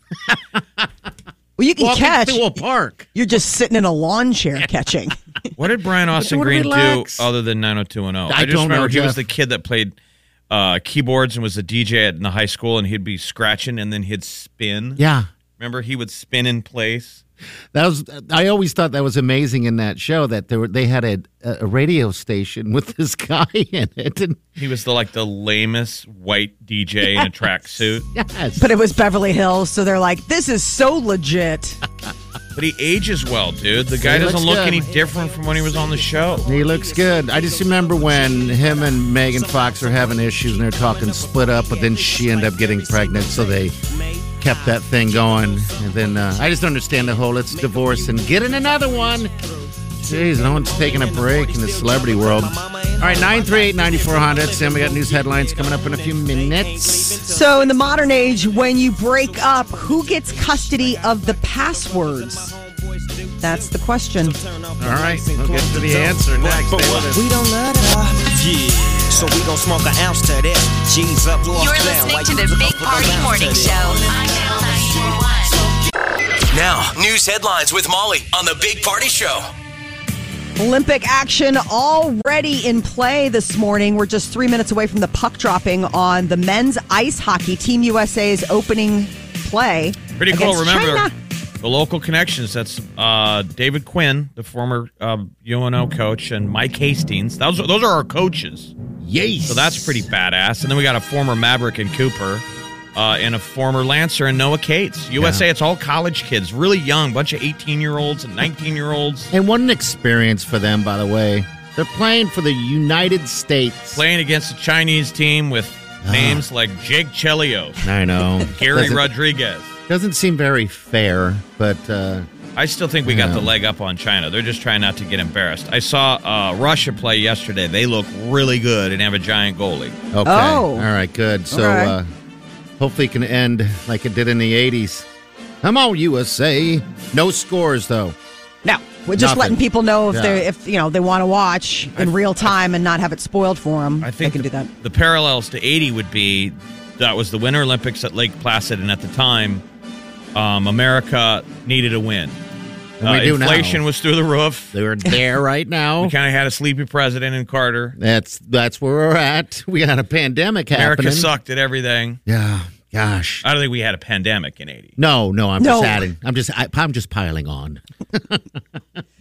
Speaker 6: Well, you can
Speaker 4: walking
Speaker 6: catch.
Speaker 4: through a park.
Speaker 6: You're just sitting in a lawn chair catching.
Speaker 5: What did Brian Austin
Speaker 4: wanna
Speaker 5: Green
Speaker 4: relax.
Speaker 5: do other than 90210?
Speaker 4: I
Speaker 5: I, just
Speaker 4: don't know,
Speaker 5: remember he
Speaker 4: Jeff.
Speaker 5: was the kid that played uh, keyboards and was a DJ at in the high school, and he'd be scratching and then he'd spin.
Speaker 4: Yeah.
Speaker 5: Remember, he would spin in place.
Speaker 4: That was. I always thought that was amazing in that show that there were, they had a, a radio station with this guy in it. And
Speaker 5: He was the like the lamest white DJ in a tracksuit,
Speaker 4: yes,
Speaker 6: But it was Beverly Hills, so they're like, this is so legit.
Speaker 5: but he ages well, dude. The guy
Speaker 4: He
Speaker 5: doesn't
Speaker 4: looks
Speaker 5: look
Speaker 4: good.
Speaker 5: any different from when he was on the show.
Speaker 4: he looks good. I just remember when him and Megan Fox were having issues and they're talking split up, but then she ended up getting pregnant, so they kept that thing going. And then uh, I just don't understand the whole let's divorce and get in another one. Jeez, no one's taking a break in the celebrity world. All right, 938-9400. Sam, we got news headlines coming up in a few minutes.
Speaker 6: So, in the modern age, when you break up, who gets custody of the passwords? That's the question.
Speaker 4: All right, we'll get to the answer next. Stay with us.
Speaker 7: We don't love her. Yeah. So we gon' smoke an ounce to this. G's up, blow
Speaker 3: You're
Speaker 7: us down.
Speaker 3: listening
Speaker 7: Like
Speaker 3: to the
Speaker 7: you
Speaker 3: Big
Speaker 7: up, blow
Speaker 3: Party
Speaker 7: down to
Speaker 3: Morning
Speaker 7: this.
Speaker 3: Show on Channel 941.
Speaker 7: Now, news headlines with Molly on the Big Party Show.
Speaker 6: Olympic action already in play this morning. We're just three minutes away from the puck dropping on the men's ice hockey Team USA's opening play.
Speaker 5: Pretty cool.
Speaker 6: against
Speaker 5: Remember
Speaker 6: China.
Speaker 5: the local connections. That's uh, David Quinn, the former uh, UNO coach, and Mike Hastings. Those those are our coaches.
Speaker 4: Yes.
Speaker 5: So that's pretty badass. And then we got a former Maverick and Cooper, uh, and a former Lancer and Noah Cates. USA, it's all college kids, really young, bunch of 18 year olds and 19 year olds
Speaker 4: And what an experience for them, by the way. They're playing for the United States.
Speaker 5: playing against a Chinese team with names like Jake Chelios,
Speaker 4: I know.
Speaker 5: Gary
Speaker 4: doesn't,
Speaker 5: Rodriguez.
Speaker 4: doesn't seem very fair, but uh,
Speaker 5: I still think we got
Speaker 4: Yeah.
Speaker 5: the leg up on China. They're just trying not to get embarrassed. I saw uh, Russia play yesterday. They look really good and have a giant goalie.
Speaker 4: okay.
Speaker 6: Oh.
Speaker 4: All right, good. So
Speaker 6: Okay.
Speaker 4: uh, Hopefully, it can end like it did in the 80s. Come on, USA. No scores, though.
Speaker 6: No, we're just
Speaker 4: Nothing.
Speaker 6: letting people know if
Speaker 4: Yeah.
Speaker 6: they if you know they want to watch in real time and not have it spoiled for them.
Speaker 5: I think
Speaker 6: they can do that.
Speaker 5: The parallels to 80 would be that was the Winter Olympics at Lake Placid, and at the time, um, America needed a win. Uh,
Speaker 4: And we do now.
Speaker 5: inflation was through the roof.
Speaker 4: They were there right now.
Speaker 5: We kind of had a sleepy president in Carter.
Speaker 4: That's that's where we're at. We got a pandemic
Speaker 5: America
Speaker 4: happening.
Speaker 5: sucked at everything.
Speaker 4: Yeah, gosh.
Speaker 5: I don't think we had a pandemic in 80.
Speaker 4: No, no, I'm
Speaker 6: No.
Speaker 4: just adding. I'm just I, I'm just piling on.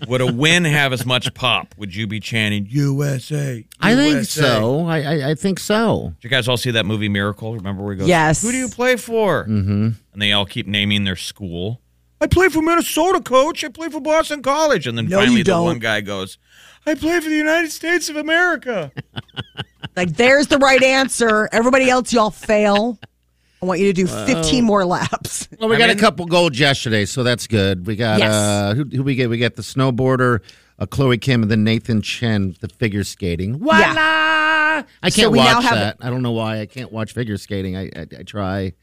Speaker 5: Would a win have as much pop? Would you be chanting USA?
Speaker 4: I think
Speaker 5: USA?
Speaker 4: so. I, I I think so.
Speaker 5: Did you guys all see that movie Miracle? Remember where he goes,
Speaker 6: Yes.
Speaker 5: Who do you play for? Mm-hmm. And they all keep naming their school. I play for Minnesota, coach. I play for Boston College. And then
Speaker 6: No,
Speaker 5: finally
Speaker 6: you
Speaker 5: the
Speaker 6: don't.
Speaker 5: one guy goes, I play for the United States of America.
Speaker 6: Like there's the right answer. Everybody else, y'all fail. I want you to do 15 more laps.
Speaker 4: Well, we got a couple gold yesterday, so that's good. We got
Speaker 6: Yes.
Speaker 4: uh, who, who we get? We got the snowboarder, uh, Chloe Kim, and then Nathan Chen, the figure skating. Voila! I can't
Speaker 6: So we
Speaker 4: watch
Speaker 6: now have-
Speaker 4: that. I don't know why I can't watch figure skating. I I, I try.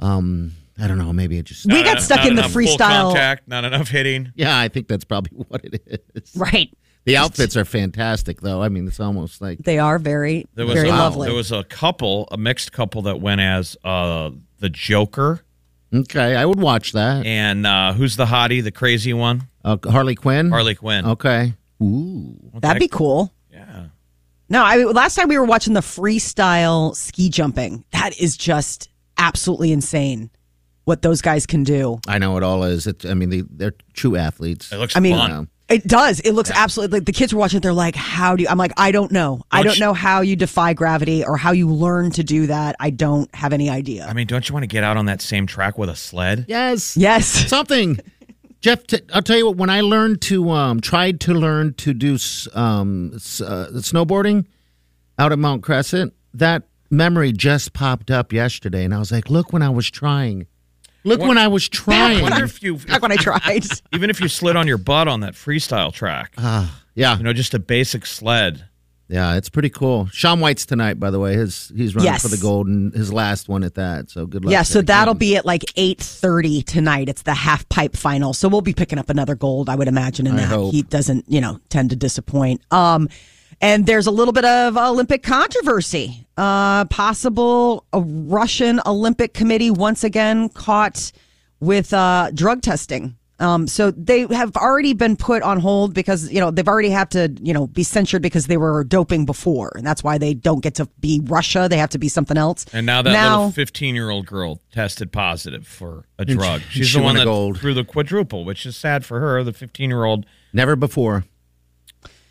Speaker 4: Um, I don't know. Maybe it just.
Speaker 6: we got
Speaker 5: Not-
Speaker 6: stuck
Speaker 5: not
Speaker 6: in the
Speaker 5: enough full
Speaker 6: freestyle.
Speaker 5: contact, not enough hitting.
Speaker 4: yeah, I think that's probably what it is.
Speaker 6: Right.
Speaker 4: The outfits are fantastic, though. I mean, it's almost like
Speaker 6: They are very,
Speaker 5: There was
Speaker 6: very
Speaker 5: a,
Speaker 6: lovely.
Speaker 5: There was a couple, a mixed couple that went as uh, the Joker.
Speaker 4: okay. I would watch that.
Speaker 5: And uh, who's the hottie, the crazy one?
Speaker 4: Uh, Harley Quinn.
Speaker 5: Harley Quinn.
Speaker 6: Oh.
Speaker 4: Okay. Ooh.
Speaker 6: That'd be cool.
Speaker 5: Yeah.
Speaker 6: No, I last time we were watching the freestyle ski jumping. That is just absolutely insane what those guys can do.
Speaker 4: I know it all is. It, I mean, they, they're true athletes.
Speaker 5: It looks
Speaker 6: I mean,
Speaker 5: fun.
Speaker 6: It does. It looks absolutely like the kids were watching. it, They're like, "How do you?" I'm like, "I don't know. I
Speaker 5: Don't
Speaker 6: don't
Speaker 5: you-
Speaker 6: know how you defy gravity or how you learn to do that. I don't have any
Speaker 5: I
Speaker 6: idea."
Speaker 5: mean, don't you want to get out on that same track with a sled?
Speaker 4: Yes.
Speaker 6: Yes,
Speaker 4: Something. Jeff, t- I'll tell you what. When I learned to um, tried to learn to do s- um, s- uh, snowboarding out at Mount Crescent, that memory just popped up yesterday, and I was like, "Look when I was trying. Look when I was
Speaker 5: I wonder
Speaker 4: trying."
Speaker 5: if you,
Speaker 6: back when I tried.
Speaker 5: even if you slid on your butt on that freestyle track,
Speaker 4: yeah,
Speaker 5: you know, just a basic sled.
Speaker 4: yeah, it's pretty cool. Sean White's tonight, by the way. His he's running
Speaker 6: Yes.
Speaker 4: for the gold and his last one at that. So good luck. to
Speaker 6: yeah, so
Speaker 4: the
Speaker 6: that'll
Speaker 4: kid.
Speaker 6: be at like 8:30 tonight. It's the half pipe final, so we'll be picking up another gold, I would imagine. In
Speaker 4: I
Speaker 6: that,
Speaker 4: hope.
Speaker 6: he doesn't, you know, tend to disappoint. Um, and there's a little bit of Olympic controversy. Uh, possible a Russian Olympic Committee once again caught with uh, drug testing. Um, so they have already been put on hold because you know they've already had to you know be censured because they were doping before, and that's why they don't get to be Russia. They have to be something else.
Speaker 5: And now that little 15 year old girl tested positive for a drug.
Speaker 4: she-
Speaker 5: She's
Speaker 4: she
Speaker 5: the
Speaker 4: won
Speaker 5: one
Speaker 4: a
Speaker 5: that
Speaker 4: gold.
Speaker 5: threw the quadruple, which is sad for her, the 15 year old.
Speaker 4: never before.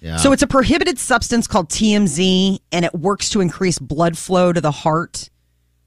Speaker 4: Yeah.
Speaker 6: So it's a prohibited substance called TMZ, and it works to increase blood flow to the heart.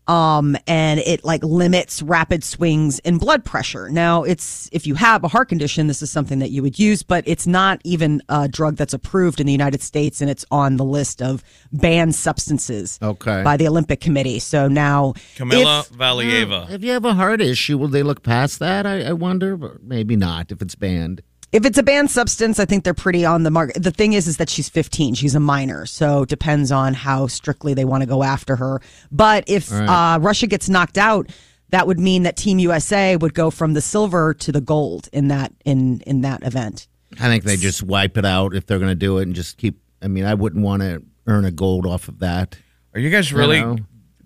Speaker 6: Um, and it like limits rapid swings in blood pressure. Now, it's if you have a heart condition, this is something that you would use, but it's not even a drug that's approved in the United States, and it's on the list of banned substances
Speaker 4: Okay.
Speaker 6: by the Olympic Committee. So now,
Speaker 5: Camilla
Speaker 6: if-
Speaker 5: Valieva.
Speaker 4: If you have a heart issue, will they look past that? I, I wonder. But maybe not if it's banned.
Speaker 6: if it's a banned substance, I think they're pretty on the market. The thing is, is that she's 15. She's a minor. So it depends on how strictly they want to go after her. But if uh, Russia gets knocked out, that would mean that Team USA would go from the silver to the gold in that in in that event.
Speaker 4: I think they just wipe it out if they're going to do it and just keep. I mean, I wouldn't want to earn a gold off of that.
Speaker 5: Are you guys really
Speaker 4: know.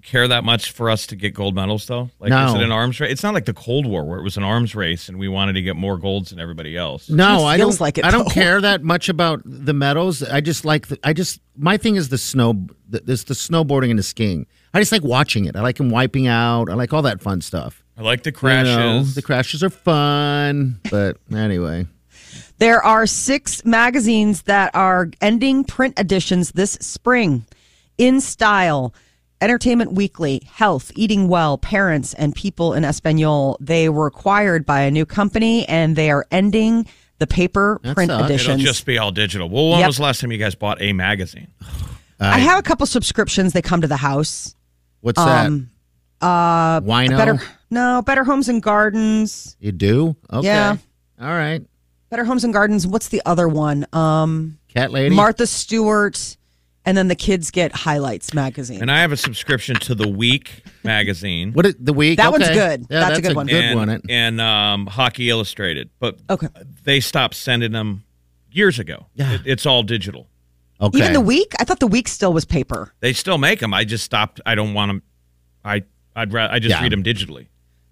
Speaker 5: care that much for us to get gold medals, though? Like,
Speaker 4: No.
Speaker 5: is it an arms race? It's not like the Cold War where it was an arms race and we wanted to get more golds than everybody else.
Speaker 4: No,
Speaker 6: It
Speaker 4: I
Speaker 6: feels
Speaker 4: don't.
Speaker 6: like it,
Speaker 4: I don't
Speaker 6: though.
Speaker 4: care that much about the medals. I just like. The, I just my thing is the snow. The, this the snowboarding and the skiing. I just like watching it. I like them wiping out. I like all that fun stuff.
Speaker 5: I like the
Speaker 4: You know,
Speaker 5: crashes.
Speaker 4: the crashes are fun, but anyway.
Speaker 6: There are six magazines that are ending print editions this spring in style. Entertainment Weekly, Health, Eating Well, Parents, and People in Espanol. They were acquired by a new company and they are ending the paper print
Speaker 4: sucks.
Speaker 5: It'll
Speaker 6: editions.
Speaker 5: just be all digital. Well, when
Speaker 6: Yep.
Speaker 5: was the last time you guys bought a magazine?
Speaker 6: I have a couple subscriptions. They come to the house.
Speaker 4: What's that? Uh, Wino.
Speaker 6: um, Better no, Better Homes and Gardens.
Speaker 4: You do? Okay.
Speaker 6: Yeah.
Speaker 4: All right.
Speaker 6: Better Homes and Gardens. What's the other one? Um,
Speaker 4: Cat lady.
Speaker 6: Martha Stewart and then the kids get highlights magazine.
Speaker 5: And I have a subscription to the Week magazine
Speaker 4: What it, the week?
Speaker 6: That one's
Speaker 4: okay.
Speaker 6: good.
Speaker 4: Yeah,
Speaker 6: That's a good
Speaker 4: a
Speaker 6: one.
Speaker 4: Good
Speaker 5: and,
Speaker 4: one. It-
Speaker 5: and um, Hockey Illustrated, but
Speaker 6: Okay.
Speaker 5: they stopped sending them years ago.
Speaker 4: Yeah.
Speaker 5: It- it's all digital.
Speaker 4: okay.
Speaker 6: Even the week, I thought the week still was paper.
Speaker 5: They still make them. I just stopped. I don't want them. I I'd rather I just
Speaker 4: Yeah.
Speaker 5: read them digitally.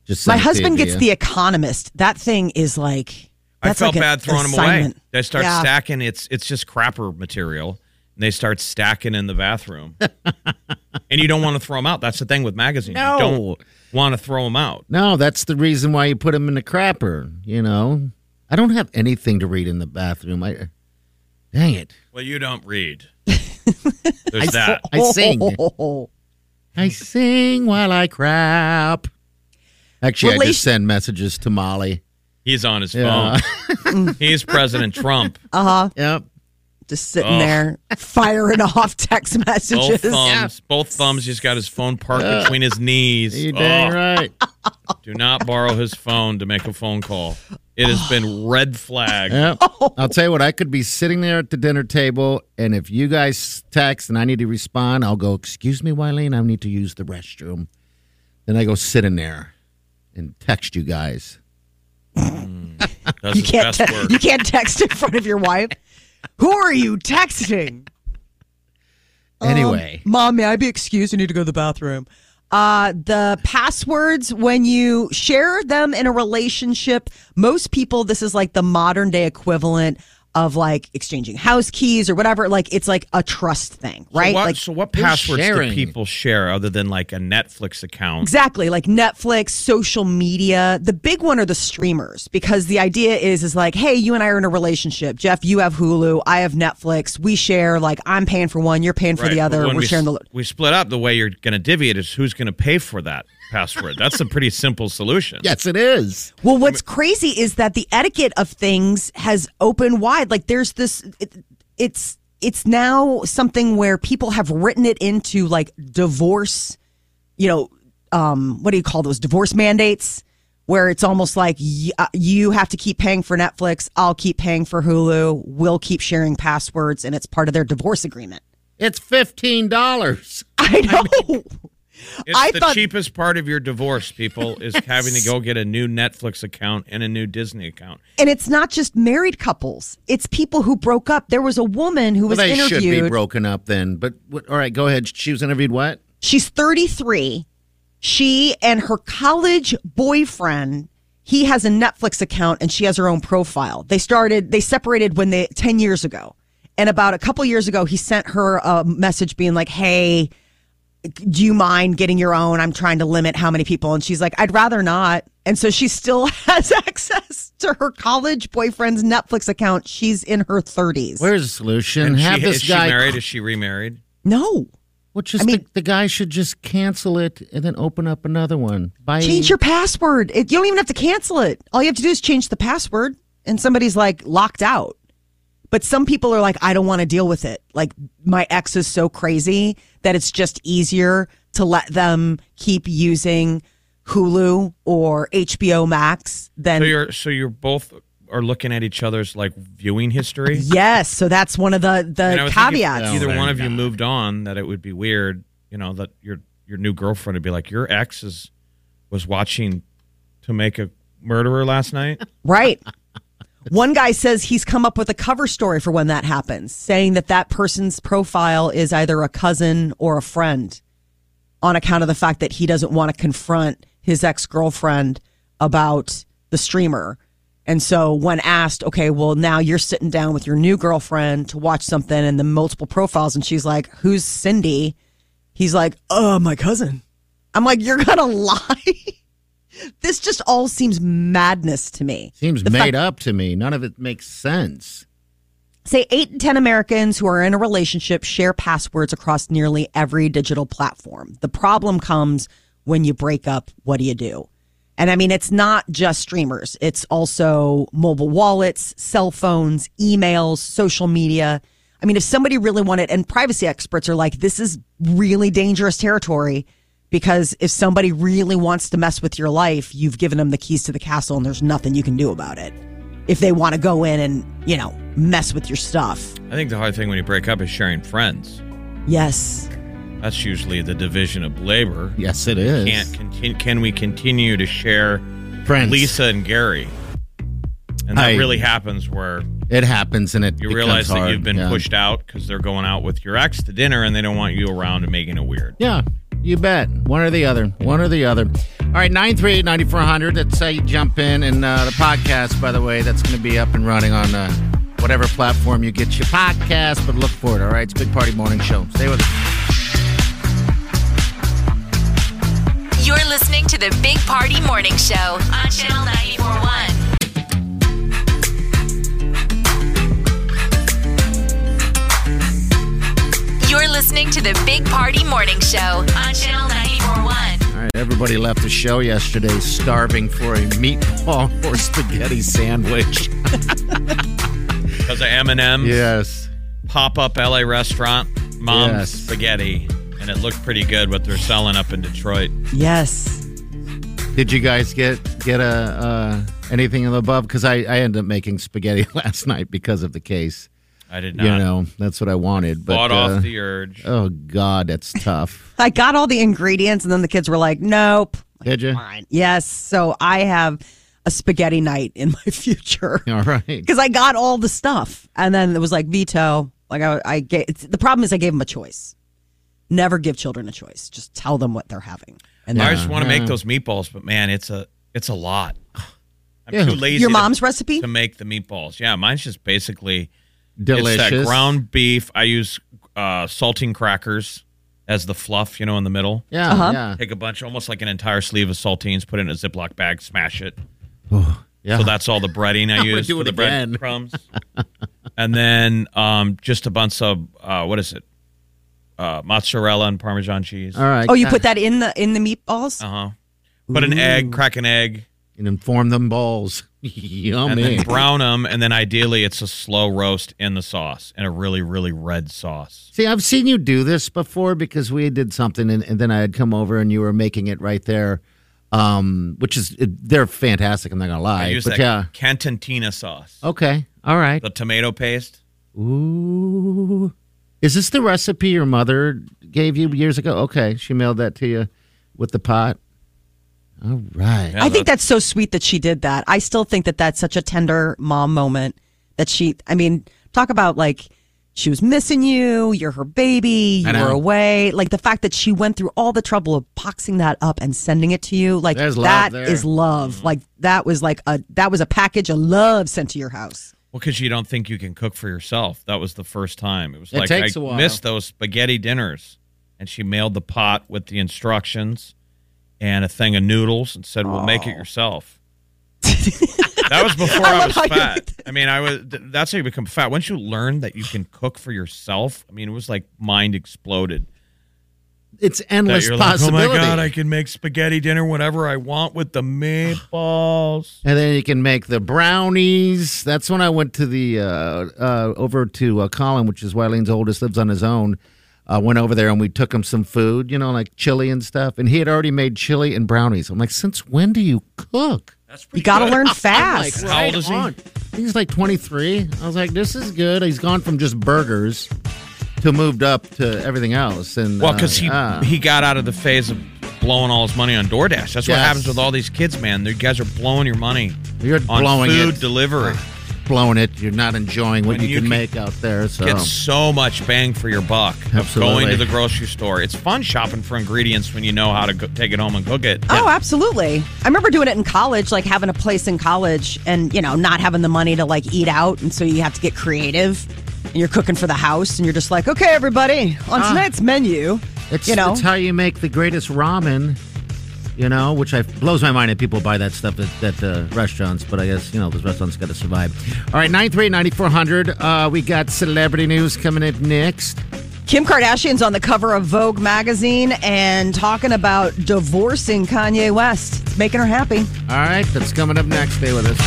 Speaker 4: Just
Speaker 6: My
Speaker 4: send it to
Speaker 6: husband
Speaker 4: you,
Speaker 6: gets
Speaker 4: yeah.
Speaker 6: The Economist. That thing is like.
Speaker 5: I
Speaker 6: that's
Speaker 5: felt
Speaker 6: like a-
Speaker 5: bad throwing them away.
Speaker 6: assignment.
Speaker 5: They start
Speaker 6: Yeah.
Speaker 5: stacking. It's it's just crapper material, and they start stacking in the bathroom. and you don't want to throw them out. That's the thing with magazines.
Speaker 4: No.
Speaker 5: You don't want to throw them out.
Speaker 4: No, that's the reason why you put them in the crapper. You know, I don't have anything to read in the bathroom. I, dang it,
Speaker 5: Well, you don't read. There's that.
Speaker 4: I sing. I sing while I crap. Actually, I
Speaker 6: Relation-
Speaker 4: just send messages to Molly.
Speaker 5: He's on his
Speaker 4: Yeah.
Speaker 5: phone. He's President Trump.
Speaker 4: Yep.
Speaker 6: Just sitting
Speaker 5: Ugh.
Speaker 6: there firing off text
Speaker 5: Both
Speaker 6: messages.
Speaker 5: thumbs. Both thumbs. He's got his phone parked between his knees.
Speaker 4: You
Speaker 5: Oh,
Speaker 4: dang right.
Speaker 5: Do not borrow his phone to make a phone call. It has been red flag.
Speaker 4: Yep.
Speaker 6: Oh.
Speaker 4: I'll tell you what, I could be sitting there at the dinner table, and if you guys text and I need to respond, I'll go, Excuse me, Wileen, I need to use the restroom. Then I go sit in there and text you guys.
Speaker 5: That's
Speaker 6: You
Speaker 5: his
Speaker 6: can't.
Speaker 5: best
Speaker 6: Te-
Speaker 5: work.
Speaker 6: you can't text in front of your wife. Who are you texting? Um,
Speaker 4: Anyway,
Speaker 6: Mom, may I be excused? I need to go to the bathroom. Uh, the passwords, when you share them in a relationship, most people, this is like the modern day equivalent of like exchanging house keys or whatever. Like it's like a trust thing, right?
Speaker 5: So what,
Speaker 6: like
Speaker 5: so what
Speaker 4: who's
Speaker 5: passwords
Speaker 4: sharing?
Speaker 5: do people share other than like a Netflix account?
Speaker 6: Exactly, like Netflix, social media. The big one are the streamers because the idea is is like, hey, you and I are in a relationship. Jeff, you have Hulu, I have Netflix. We share like I'm paying for one, you're paying for
Speaker 5: Right,
Speaker 6: the
Speaker 5: but
Speaker 6: other.
Speaker 5: when
Speaker 6: We're
Speaker 5: we
Speaker 6: sharing
Speaker 5: s-
Speaker 6: the load.
Speaker 5: We split up. The way you're going to divvy it is who's going to pay for that password. That's a pretty simple solution.
Speaker 4: yes, it is.
Speaker 6: Well, what's crazy is that the etiquette of things has opened wide. Like there's this, it, it's it's now something where people have written it into like divorce, you know, um, what do you call those divorce mandates? Where it's almost like y- uh, you have to keep paying for Netflix, I'll keep paying for Hulu, we'll keep sharing passwords, and it's part of their divorce agreement.
Speaker 4: It's $15.
Speaker 6: I know.
Speaker 5: It's
Speaker 6: I
Speaker 5: the
Speaker 6: thought-
Speaker 5: cheapest part of your divorce, people, is having to go get a new Netflix account and a new Disney account.
Speaker 6: And it's not just married couples, it's people who broke up. There was a woman who was
Speaker 4: Well, they
Speaker 6: interviewed.
Speaker 4: should be broken up then. But what, all right, go ahead. She was interviewed what?
Speaker 6: She's 33. She and her college boyfriend, he has a Netflix account and she has her own profile. They started, they separated when they, 10 years ago. And about a couple years ago, he sent her a message being like, hey, do you mind getting your own? I'm trying to limit how many people. And she's like, I'd rather not. And so she still has access to her college boyfriend's Netflix account. She's in her 30s.
Speaker 4: Where's the solution?
Speaker 5: And
Speaker 4: Have
Speaker 5: she,
Speaker 4: this
Speaker 5: is
Speaker 4: guy.
Speaker 5: she married? Is she remarried?
Speaker 6: no.
Speaker 4: Well, just
Speaker 6: I mean-
Speaker 4: the, the guy should just cancel it and then open up another one. Bye.
Speaker 6: Change your password. It, you don't even have to cancel it. All you have to do is change the password, and somebody's like locked out. But some people are like, I don't want to deal with it. Like, my ex is so crazy that it's just easier to let them keep using Hulu or HBO Max than.
Speaker 5: So you're so you're both are looking at each other's like viewing history.
Speaker 6: yes. So that's one of the,
Speaker 5: And I
Speaker 6: the
Speaker 5: would think if
Speaker 6: caveats.
Speaker 4: No,
Speaker 5: either
Speaker 4: they're
Speaker 5: one of you moved on, that it would be weird. You know that your your new girlfriend would be like, your ex is was watching to make a murderer last night.
Speaker 6: Right. One guy says he's come up with a cover story for when that happens, saying that that person's profile is either a cousin or a friend on account of the fact that he doesn't want to confront his ex girlfriend about the streamer. And so, when asked, okay, well, now you're sitting down with your new girlfriend to watch something and the multiple profiles, and she's like, who's Cindy? He's like, oh, my cousin. I'm like, you're going to lie? this just all seems madness to me.
Speaker 4: Seems made up to me. None of it makes sense.
Speaker 6: Say eight in 10 Americans who are in a relationship share passwords across nearly every digital platform. The problem comes when you break up. What do you do? And I mean, it's not just streamers, it's also mobile wallets, cell phones, emails, social media. I mean, if somebody really wanted, and privacy experts are like, this is really dangerous territory because if somebody really wants to mess with your life, you've given them the keys to the castle and there's nothing you can do about it if they want to go in and you know mess with your stuff
Speaker 5: I think the hard thing when you break up is sharing friends.
Speaker 6: Yes.
Speaker 5: That's usually the division of labor.
Speaker 4: Yes, it is.
Speaker 5: Can't continue, can we continue to share
Speaker 4: Friends.
Speaker 5: Lisa and Gary? And that
Speaker 4: I-
Speaker 5: really happens where
Speaker 4: It happens, and it
Speaker 5: you
Speaker 4: becomes
Speaker 5: realize that
Speaker 4: hard,
Speaker 5: you've been
Speaker 4: yeah.
Speaker 5: pushed out because they're going out with your ex to dinner and they don't want you around and making it weird.
Speaker 4: Yeah, you bet. One or the other. One or the other. All right, 938 9400. That's how you jump in. And uh, the podcast, by the way, that's going to be up and running on uh, whatever platform you get your podcast, but look for it. All right, it's Big Party Morning Show. Stay with us.
Speaker 3: You're listening to the Big Party Morning Show on Channel 941. You're listening to the Big Party Morning Show on Channel 941.
Speaker 4: All right, everybody left the show yesterday starving for a meatball or spaghetti sandwich.
Speaker 5: Because of M&M's,
Speaker 4: Yes.
Speaker 5: pop-up LA restaurant, mom's
Speaker 4: Yes.
Speaker 5: spaghetti. And it looked pretty good what they're selling up in Detroit.
Speaker 6: Yes.
Speaker 4: Did you guys get get a uh, anything in the above? Because I, I ended up making spaghetti last night because of the case.
Speaker 5: I did not.
Speaker 4: You know, that's what I wanted. But
Speaker 5: Fought
Speaker 4: uh,
Speaker 5: off the urge.
Speaker 4: Oh God, that's tough.
Speaker 6: I got all the ingredients, and then the kids were like, nope.
Speaker 4: Did you?
Speaker 6: Fine. Yes. So I have a spaghetti night in my future.
Speaker 4: All right.
Speaker 6: because I got all the stuff, and then it was like veto. Like I, I gave, it's, the problem is I gave them a choice. Never give children a choice. Just tell them what they're having. And
Speaker 5: I
Speaker 6: then
Speaker 5: just want to make those meatballs, but man, it's a it's a lot. I'm
Speaker 4: Yeah.
Speaker 5: too lazy.
Speaker 6: your
Speaker 5: to-
Speaker 6: mom's recipe.
Speaker 5: to make the meatballs. Yeah, mine's just basically
Speaker 4: Delicious.
Speaker 5: It's that ground beef. I use uh, salting crackers as the fluff, you know, in the middle.
Speaker 4: Yeah,
Speaker 6: Uh-huh.
Speaker 4: yeah,
Speaker 5: Take a bunch, almost like an entire sleeve of saltines, put it in a Ziploc bag, smash it.
Speaker 4: yeah.
Speaker 5: So that's all the breading I
Speaker 4: We're
Speaker 5: use
Speaker 4: doing
Speaker 5: for the
Speaker 4: it again.
Speaker 5: bread crumbs. and then um, just a bunch of uh, what is it? Uh, mozzarella and parmesan cheese.
Speaker 4: all right.
Speaker 6: Oh, you put that in the in the meatballs.
Speaker 5: Uh huh. Put an egg, crack an egg,
Speaker 4: and inform them balls.
Speaker 5: and
Speaker 4: Yummy.
Speaker 5: then brown them, and then ideally it's a slow roast in the sauce, in a really, really red sauce.
Speaker 4: See, I've seen you do this before because we did something, and, and then I had come over and you were making it right there, um, which is it- they're fantastic. I'm not gonna lie,
Speaker 5: I use
Speaker 4: but
Speaker 5: that
Speaker 4: yeah, Oh.
Speaker 5: cantantina sauce,
Speaker 4: okay, all right.
Speaker 5: the tomato paste.
Speaker 4: Ooh, is this the recipe your mother gave you years ago? Okay, she mailed that to you with the pot. All right.
Speaker 6: I think that's so sweet that she did that. I still think that that's such a tender mom moment that she. I mean, talk about like she was missing you. You're her baby.
Speaker 4: I
Speaker 6: You were
Speaker 4: know.
Speaker 6: away. Like the fact that she went through all the trouble of boxing that up and sending it to you. Like that
Speaker 4: There's love
Speaker 6: is
Speaker 4: there.
Speaker 6: love.
Speaker 4: Mm-hmm.
Speaker 6: Like that was like a that was a package of love sent to your house.
Speaker 5: Well, because you don't think you can cook for yourself. That was the first time. It was
Speaker 4: It
Speaker 5: like
Speaker 4: takes
Speaker 5: I
Speaker 4: a while.
Speaker 5: missed those spaghetti dinners, and she mailed the pot with the instructions and a thing of noodles and said, "Well, make it yourself." that was before I, was
Speaker 6: love how you-
Speaker 5: fat. I mean, I was. th- That's how you become fat. Once you learn that you can cook for yourself, I mean, it was like mind exploded.
Speaker 4: It's
Speaker 5: That
Speaker 4: endless
Speaker 5: you're like, oh my
Speaker 4: possibility.
Speaker 5: god, I can make spaghetti dinner whenever I want with the meatballs.
Speaker 4: And then you can make the brownies. That's when I went to the uh, uh, over to uh, Colin, which is Wylene's oldest, lives on his own. Uh, went over there and we took him some food, you know, like chili and stuff. And he had already made chili and brownies. I'm like, since when do you cook?
Speaker 6: You got to learn
Speaker 4: Like,
Speaker 6: fast.
Speaker 5: How old is he?
Speaker 4: on. He's like 23. I was like, this is good. He's gone from just burgers to moved up to everything else. And
Speaker 5: Well,
Speaker 4: uh,
Speaker 5: because he
Speaker 4: yeah.
Speaker 5: he got out of the phase of blowing all his money on DoorDash. That's what
Speaker 4: Yes.
Speaker 5: happens with all these kids, man. You guys are blowing your money
Speaker 4: you're
Speaker 5: on
Speaker 4: blowing
Speaker 5: food
Speaker 4: it,
Speaker 5: delivery.
Speaker 4: blowing it. You're not enjoying what
Speaker 5: When
Speaker 4: you,
Speaker 5: you
Speaker 4: can,
Speaker 5: can
Speaker 4: make out there. So
Speaker 5: Get so much bang for your buck of
Speaker 4: Oh. Absolutely.
Speaker 5: going to the grocery store. It's fun shopping for ingredients when you know how to go- take it home and cook it.
Speaker 6: Oh, absolutely. I remember doing it in college, like having a place in college and, you know, not having the money to like eat out. And so you have to get creative and you're cooking for the house and you're just like, okay, everybody, on tonight's menu,
Speaker 4: Ah. It's,
Speaker 6: you know,
Speaker 4: it's how you make the greatest ramen, you know, which I blows my mind that people buy that stuff at, at uh, restaurants, but I guess, you know, those restaurants got to survive. All right, 938-9400. Uh, we got celebrity news coming up next.
Speaker 6: Kim Kardashian's on the cover of Vogue magazine and talking about divorcing Kanye West. It's making her happy.
Speaker 4: All right, that's coming up next. Stay with us.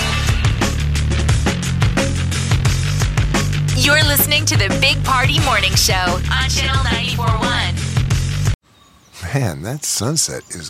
Speaker 3: You're listening to the Big Party Morning Show on Channel 941.
Speaker 8: Man, that sunset is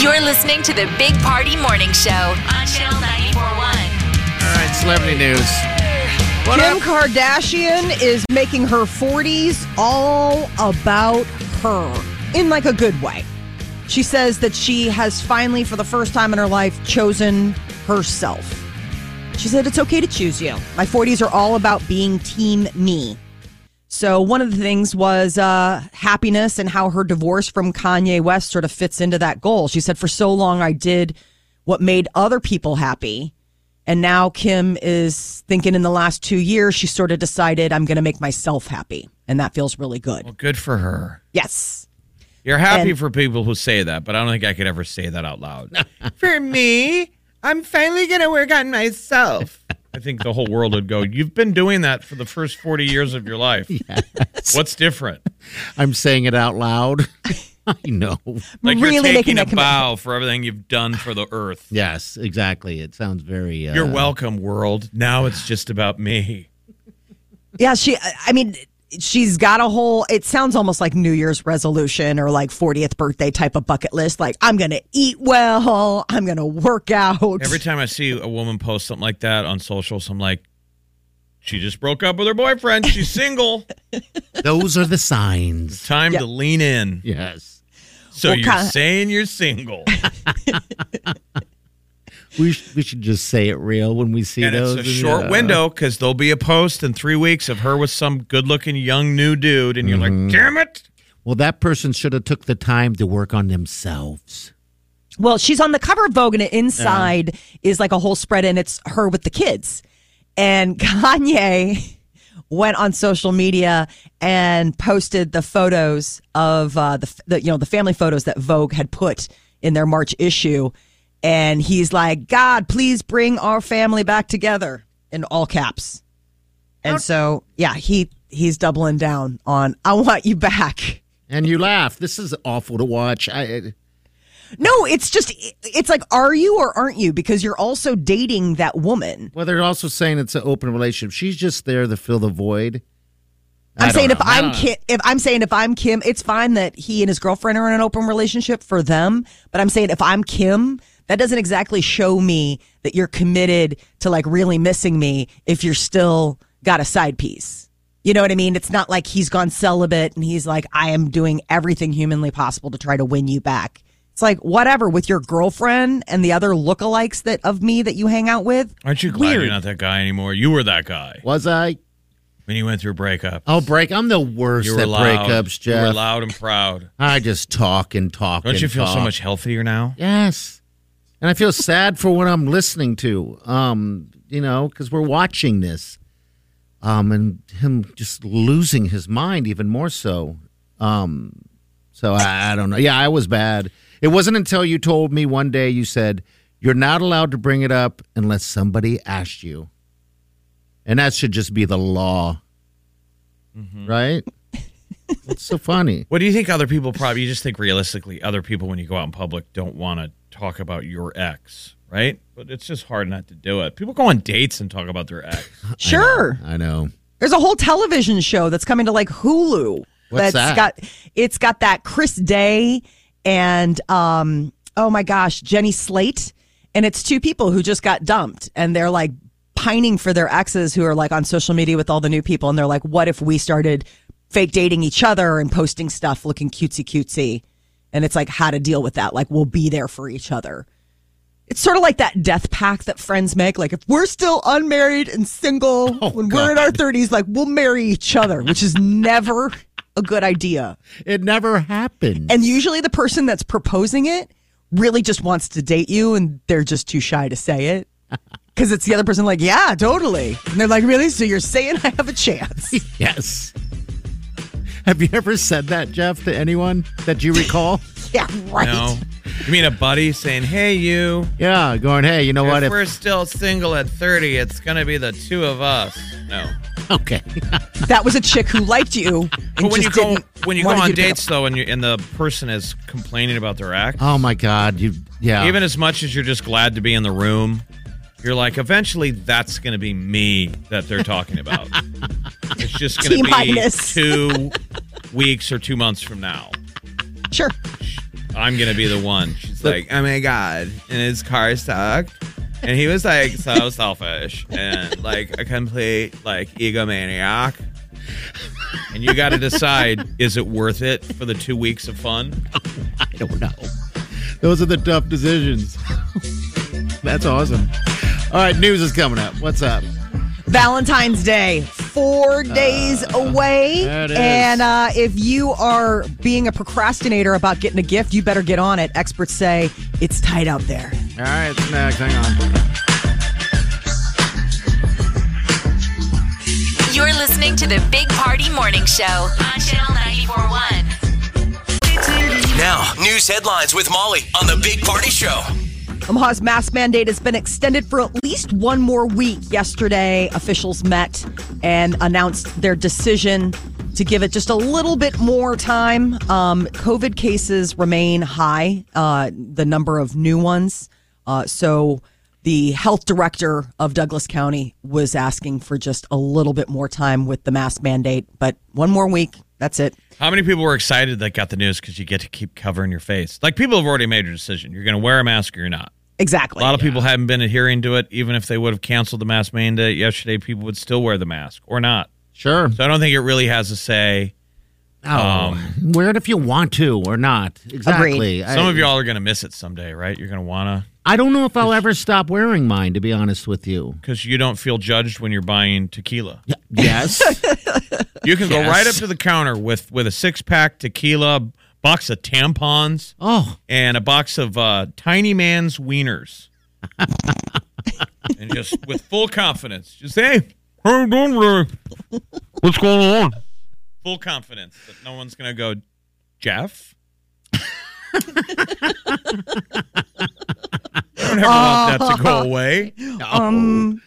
Speaker 3: You're listening to the Big Party Morning Show on Channel 941.
Speaker 4: All right, celebrity news.
Speaker 6: Kim Kardashian is making her 40s all about her in like a good way. She says that she has finally, for the first time in her life, chosen herself. She said, It's okay to choose you. My 40s are all about being team me. So, one of the things was uh, happiness and how her divorce from Kanye West sort of fits into that goal. She said, For so long, I did what made other people happy. And now Kim is thinking in the last two years, she sort of decided, I'm going to make myself happy. And that feels really good.
Speaker 5: Well, good for her.
Speaker 6: Yes.
Speaker 5: You're happy
Speaker 6: And-
Speaker 5: for people who say that, but I don't think I could ever say that out loud. for me, I'm finally going to work on myself. I think the whole world would go, You've been doing that for the first 40 years of your life. What's different?
Speaker 4: I'm saying it out loud. I know.
Speaker 5: Like you're
Speaker 6: Really making
Speaker 5: taking a
Speaker 6: that commitment.
Speaker 5: bow for everything you've done for the earth.
Speaker 4: Yes, exactly. It sounds very. Uh,
Speaker 5: You're welcome, world. Now it's just about me.
Speaker 6: Yeah, she. I- I mean, she's got a whole. It sounds almost like New Year's resolution or like 40th birthday type of bucket list. Like I'm gonna eat well. I'm gonna work out.
Speaker 5: Every time I see a woman post something like that on socials, I'm like, she just broke up with her boyfriend. She's single.
Speaker 4: Those are the signs.
Speaker 5: Time to lean in.
Speaker 4: Yes.
Speaker 5: So
Speaker 6: Well,
Speaker 5: you're
Speaker 6: kinda-
Speaker 5: saying you're single.
Speaker 4: We, sh- we should just say it real when we see
Speaker 5: and
Speaker 4: those. uh,
Speaker 5: it's a short
Speaker 4: Yeah.
Speaker 5: window because there'll be a post in three weeks of her with some good-looking young new dude, and you're like, damn it.
Speaker 4: Well, that person should have took the time to work on themselves.
Speaker 6: Well, she's on the cover of Vogue, and inside is like a whole spread, and it's her with the kids. And Kanye went on social media and posted the photos of uh, the, f- the you know the family photos that Vogue had put in their March issue, and he's like, "God, please bring our family back together," in all caps. And so, yeah, he he's doubling down on "I want you back."
Speaker 4: And you laugh. This is awful to watch. I, it-
Speaker 6: No, it's just it's like are you or aren't you because you're also dating that woman.
Speaker 4: well, they're also saying it's an open relationship. She's just there to fill the void. I
Speaker 6: I'm
Speaker 4: don't
Speaker 6: saying
Speaker 4: know.
Speaker 6: if
Speaker 4: I
Speaker 6: I'm
Speaker 4: don't know.
Speaker 6: Kim, if I'm saying if I'm Kim, it's fine that he and his girlfriend are in an open relationship for them, but I'm saying if I'm Kim, that doesn't exactly show me that you're committed to like really missing me if you're still got a side piece. You know what I mean? It's not like he's gone celibate and he's like I am doing everything humanly possible to try to win you back. It's like whatever with your girlfriend and the other lookalikes that of me that you hang out with.
Speaker 5: Aren't you glad
Speaker 6: Weird.
Speaker 5: you're not that guy anymore? You were that guy
Speaker 4: Was I?
Speaker 5: when you went through a breakup.
Speaker 4: Oh, break. I'm the worst
Speaker 5: You were
Speaker 4: at
Speaker 5: loud.
Speaker 4: breakups,
Speaker 5: You were
Speaker 4: Jeff.
Speaker 5: loud and proud.
Speaker 4: I just talk and talk.
Speaker 5: Don't
Speaker 4: and
Speaker 5: you feel so
Speaker 4: talk.
Speaker 5: much healthier now?
Speaker 4: Yes. And I feel sad for what I'm listening to. Um, you know, because we're watching this. Um, and him just losing his mind even more so. Um, so I, I don't know. Yeah, I was bad. It wasn't until you told me one day you said you're not allowed to bring it up unless somebody asked you, and that should just be the law, right? It's so funny.
Speaker 5: What do you think other people probably, you just think realistically, other people when you go out in public don't want to talk about your ex, right? But it's just hard not to do it. People go on dates and talk about their ex.
Speaker 6: Sure.
Speaker 4: I know.
Speaker 6: There's a whole television show that's coming to like Hulu.
Speaker 4: What's that?
Speaker 6: has got it's got that Chris Day and um oh my gosh, Jenny Slate. And it's two people who just got dumped and they're like pining for their exes who are like on social media with all the new people and they're like, What if we started fake dating each other and posting stuff looking cutesy cutesy? And it's like how to deal with that. Like we'll be there for each other. It's sort of like that death pact that friends make. Like if we're still unmarried and single
Speaker 5: Oh,
Speaker 6: when we're in our thirties, like we'll marry each other, which is never a good idea.
Speaker 4: It never happened.
Speaker 6: And usually the person that's proposing it really just wants to date you and they're just too shy to say it. Because it's the other person like, yeah, totally. And they're like, really? So you're saying I have a chance?
Speaker 4: Yes. Have you ever said that, Jeff, to anyone that you recall?
Speaker 6: yeah, right.
Speaker 5: No. You mean a buddy saying, hey, you,
Speaker 4: yeah, going, hey, you know what?
Speaker 5: if
Speaker 4: If,
Speaker 5: we're still single at 30, it's going to be the two of us. No.
Speaker 4: okay.
Speaker 6: That was a chick who liked you. And
Speaker 5: But when you
Speaker 6: just
Speaker 5: go
Speaker 6: didn't
Speaker 5: when you go
Speaker 6: wanted
Speaker 5: on
Speaker 6: to pick up-
Speaker 5: dates though, and you and the person is complaining about their act,
Speaker 4: Oh my God. You, yeah.
Speaker 5: even as much as you're just glad to be in the room, you're like, eventually that's going to be me that they're talking about. it's just going to be
Speaker 6: T-minus.
Speaker 5: two weeks or two months from now.
Speaker 6: Sure.
Speaker 5: I'm gonna be the one. She's like, oh my god, and his car sucked, and he was like so selfish and like a complete like egomaniac. And you got to decide: is it worth it for the two weeks of fun?
Speaker 4: I don't know. Those are the tough decisions. That's awesome. All right, news is coming up. What's up?
Speaker 6: Valentine's Day, four days away.
Speaker 4: Ah. there it is.
Speaker 6: And uh, if you are being a procrastinator about getting a gift, you better get on it. Experts say it's tight out there.
Speaker 4: All right, it's next. Hang on.
Speaker 3: You're listening to the Big Party Morning Show on Channel 941.
Speaker 1: Now, news headlines with Molly on the Big Party Show.
Speaker 6: Omaha's mask mandate has been extended for at least one more week. Yesterday, officials met and announced their decision to give it just a little bit more time. Um, COVID cases remain high, uh, the number of new ones. Uh, so, the health director of Douglas County was asking for just a little bit more time with the mask mandate, but one more week. That's it.
Speaker 5: How many people were excited that got the news because you get to keep covering your face? Like people have already made your decision: you're going to wear a mask or you're not.
Speaker 6: Exactly.
Speaker 5: A lot of people haven't been adhering to it, even if they would have canceled the mask mandate yesterday. People would still wear the mask or not.
Speaker 4: Sure.
Speaker 5: So I don't think it really has a say.
Speaker 4: Oh, wear it if you want to or not. Exactly.
Speaker 5: um, Some
Speaker 4: I,
Speaker 5: of y'all are going to miss it someday, right? You're going to want to
Speaker 4: I don't know if I'll ever stop wearing mine. To be honest with you.
Speaker 5: because you don't feel judged when you're buying tequila.
Speaker 4: Yes.
Speaker 5: You can go
Speaker 4: Yes.
Speaker 5: right up to the counter with with a six pack tequila, box of tampons,
Speaker 4: oh,
Speaker 5: and a box of uh, tiny man's wieners, and just with full confidence, "Oh, just hey, how you doing today? What's going on? Full confidence that no one's going to go, Jeff. I don't ever want that to go away.
Speaker 6: Um,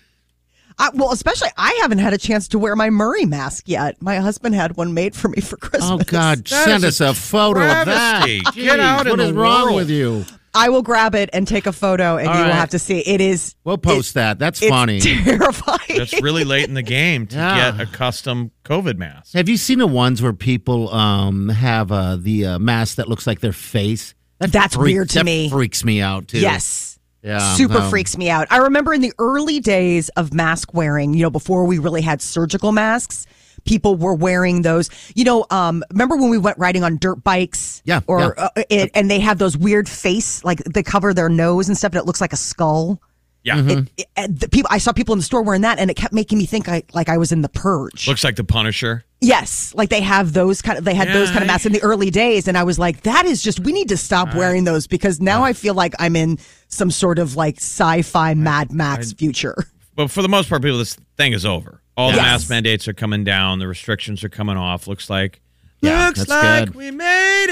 Speaker 4: Oh.
Speaker 6: I, well, especially I haven't had a chance to wear my Murray mask yet. My husband had one made for me for Christmas.
Speaker 4: oh God!
Speaker 5: That
Speaker 4: Send
Speaker 5: is
Speaker 4: us
Speaker 5: a
Speaker 4: a photo of that.
Speaker 5: travesty.
Speaker 4: Jeez,
Speaker 5: Get out in
Speaker 4: What
Speaker 5: the
Speaker 4: is wrong
Speaker 5: world.
Speaker 4: with you?
Speaker 6: I will grab it and take a photo, and
Speaker 4: All
Speaker 6: you will
Speaker 4: right.
Speaker 6: have to see. It is
Speaker 4: We'll post that. That's
Speaker 6: it's
Speaker 4: funny.
Speaker 6: terrifying.
Speaker 5: That's really late in the game to
Speaker 4: Yeah.
Speaker 5: get a custom COVID mask.
Speaker 4: Have you seen the ones where people um, have uh, the uh, mask that looks like their face? That
Speaker 6: That's weird to
Speaker 4: that
Speaker 6: me.
Speaker 4: Freaks me out too.
Speaker 6: Yes.
Speaker 4: Yeah,
Speaker 6: Super
Speaker 4: um,
Speaker 6: freaks me out. I remember in the early days of mask wearing, you know, before we really had surgical masks, people were wearing those. You know, um, remember when we went riding on dirt bikes?
Speaker 4: Yeah,
Speaker 6: Or
Speaker 4: yeah.
Speaker 6: Uh, it, and they have those weird face, like they cover their nose and stuff, and it looks like a skull.
Speaker 5: Yeah.
Speaker 4: Mm-hmm.
Speaker 6: It, it, and the people, I saw people in the store wearing that, and it kept making me think I, like I was in the purge.
Speaker 5: Looks like the Punisher.
Speaker 6: Yes, like they have those kind of they had those
Speaker 5: Yeah,
Speaker 6: kind of
Speaker 5: I-
Speaker 6: masks in the early days, and I was like, that is just we need to stop wearing those because now I feel like I'm in some sort of like sci-fi Mad Max future.
Speaker 5: But for the most part, people, this thing is over. All the
Speaker 6: Yes.
Speaker 5: mask mandates are coming down. The restrictions are coming off. Looks like.
Speaker 4: Yeah,
Speaker 5: looks
Speaker 4: that's
Speaker 5: like
Speaker 4: good.
Speaker 5: we made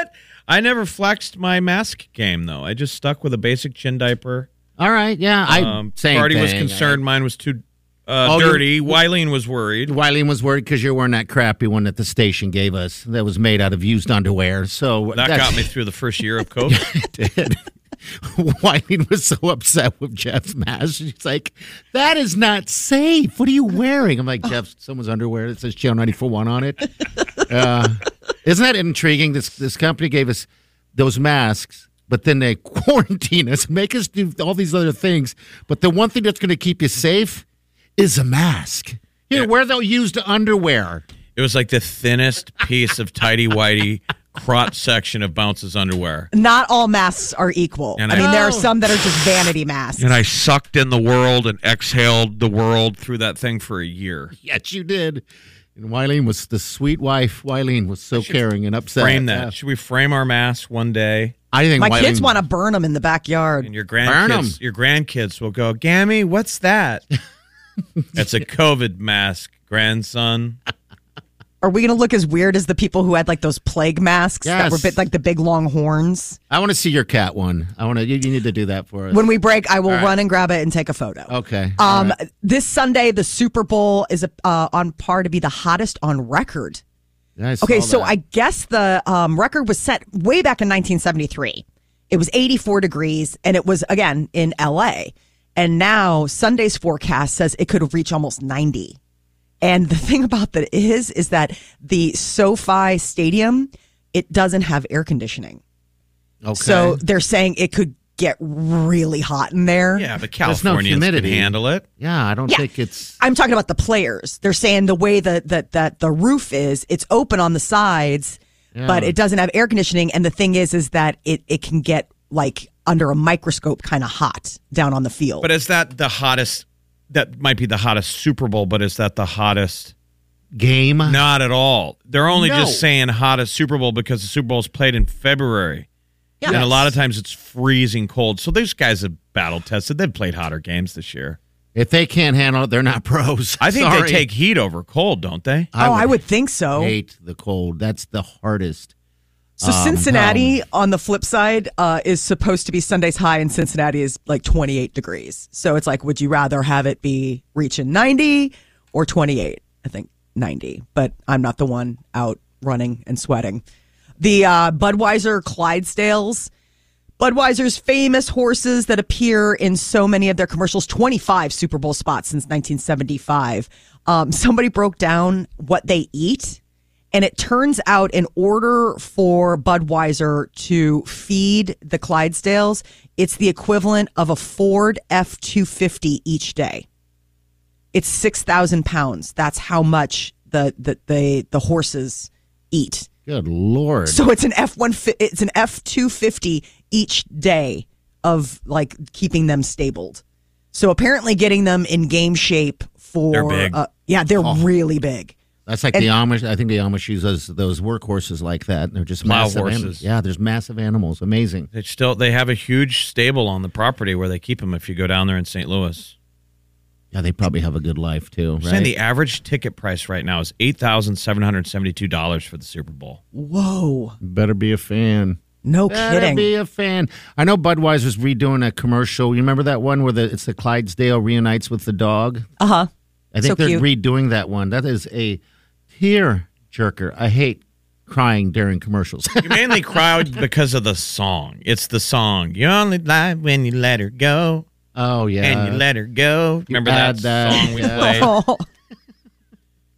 Speaker 5: it. I never flexed my mask game though. I just stuck with a basic chin diaper.
Speaker 4: All right. Yeah. I same
Speaker 5: Party Um, was
Speaker 4: thing.
Speaker 5: concerned. Mine was too uh,
Speaker 4: Oh, you-
Speaker 5: dirty. Wyleen was worried.
Speaker 4: Wileen was worried because you're wearing that crappy one that the station gave us that was made out of used underwear. So
Speaker 5: That got me through the first year of COVID.
Speaker 4: Wileen was so upset with Jeff's mask. She's like, "That is not safe. What are you wearing?" I'm like, "Jeff, someone's underwear that says Channel 941 on it." Uh, isn't that intriguing? This this company gave us those masks, but then they quarantine us, make us do all these other things. But the one thing that's going to keep you safe is a mask. Here, wear the used underwear.
Speaker 5: it was like the thinnest piece of tidy whitey crotch section of Bounce's underwear.
Speaker 6: Not all masks are equal.
Speaker 5: And
Speaker 6: I,
Speaker 5: I-
Speaker 6: mean, there are
Speaker 5: No.
Speaker 6: some that are just vanity masks.
Speaker 5: And I sucked in the world and exhaled the world through that thing for a year.
Speaker 4: Yes, you did. And Wileen was the sweet wife. Wileen was so caring and upset.
Speaker 5: Frame that.
Speaker 4: Yeah.
Speaker 5: Should we frame our mask one day?
Speaker 4: I think
Speaker 6: My
Speaker 4: Wileen-
Speaker 6: kids want to burn them in the backyard.
Speaker 5: And your
Speaker 4: Burn 'em.
Speaker 5: grandkids, your grandkids will go, Gammy, what's that? That's a COVID mask, grandson.
Speaker 6: Are we going to look as weird as the people who had like those plague masks that
Speaker 4: Yes.
Speaker 6: were bit like the big long horns?
Speaker 4: I want to see your cat one. I want to. You, you need to do that for us.
Speaker 6: When we break, I will
Speaker 4: right.
Speaker 6: run and grab it and take a photo.
Speaker 4: okay.
Speaker 5: uh,
Speaker 4: All
Speaker 6: Um,
Speaker 4: right.
Speaker 6: This Sunday, the Super Bowl is uh, on par to be the hottest on record.
Speaker 4: Yeah, I
Speaker 6: Okay,
Speaker 4: saw
Speaker 6: so
Speaker 4: that.
Speaker 6: I guess the um, record was set way back in 1973. It was 84 degrees, and it was again in LA. And now Sunday's forecast says it could reach almost 90. And the thing about that is, is that the SoFi Stadium it doesn't have air conditioning,
Speaker 4: Okay.
Speaker 6: so they're saying it could get really hot in there.
Speaker 5: Yeah, but
Speaker 4: no
Speaker 5: Californians can
Speaker 4: humidity.
Speaker 5: handle it.
Speaker 4: yeah, I don't
Speaker 6: Yeah.
Speaker 4: think it's.
Speaker 6: I'm talking about the players. They're saying the way that that that the roof is, it's open on the sides, but it doesn't have air conditioning. And the thing is, is that it it can get like under a microscope, kind of hot down on the field.
Speaker 5: But is that the hottest? That might be the hottest Super Bowl, but is that the hottest?
Speaker 4: game.
Speaker 5: Not at all. They're only
Speaker 4: No.
Speaker 5: just saying hottest Super Bowl because the Super Bowl is played in February. And a lot of times it's freezing cold. So these guys have battle tested. They've played hotter games this year.
Speaker 4: If they can't handle it, they're not pros.
Speaker 5: I think
Speaker 4: Sorry.
Speaker 5: they take heat over cold, don't they?
Speaker 6: oh, I would think so.
Speaker 4: hate the cold. That's the hardest.
Speaker 6: so Cincinnati, on the flip side, uh, is supposed to be Sunday's high, and Cincinnati is like 28 degrees. So it's like, would you rather have it be reaching 90 or 28? I think 90, but I'm not the one out running and sweating. The uh, Budweiser Clydesdales. Budweiser's famous horses that appear in so many of their commercials, 25 Super Bowl spots since 1975. Um, somebody broke down what they eat, and it turns out in order for Budweiser to feed the Clydesdales, it's the equivalent of a Ford F 250 each day. It's 6,000 pounds. That's how much the, the, the, the horses eat.
Speaker 4: Good lord.
Speaker 6: So it's an F one. It's an F two fifty each day of like keeping them stabled. So apparently, getting them in game shape for
Speaker 5: They're big. Oh.
Speaker 6: Uh, yeah, they're really big.
Speaker 4: That's like the Amish. I think the Amish use those those workhorses like that. They're just
Speaker 5: Plow
Speaker 4: massive
Speaker 5: horses.
Speaker 4: Animals. Yeah, there's massive animals. Amazing.
Speaker 5: They still they have a huge stable on the property where they keep them if you go down there in St. Louis.
Speaker 4: Yeah, they probably have a good life too,
Speaker 5: I'm Saying
Speaker 4: right?
Speaker 5: the average ticket price right now is eight thousand seven hundred seventy two dollars for the Super Bowl.
Speaker 6: Whoa,
Speaker 4: Better be a fan.
Speaker 6: no
Speaker 4: Better
Speaker 6: kidding.
Speaker 4: be a fan. I know Budweiser's redoing a commercial. You remember that one where the it's the Clydesdale reunites with the dog?
Speaker 6: uh huh.
Speaker 4: I think
Speaker 6: So
Speaker 4: they're
Speaker 6: cute.
Speaker 4: redoing that one. That is a tear jerker. I hate crying during commercials.
Speaker 5: You mainly crowd because of the song. It's the song. You only lie when you let her go.
Speaker 4: oh yeah.
Speaker 5: and you let her go. Remember
Speaker 4: had
Speaker 5: that,
Speaker 4: that,
Speaker 5: song we
Speaker 4: yeah.
Speaker 5: played?
Speaker 6: Oh,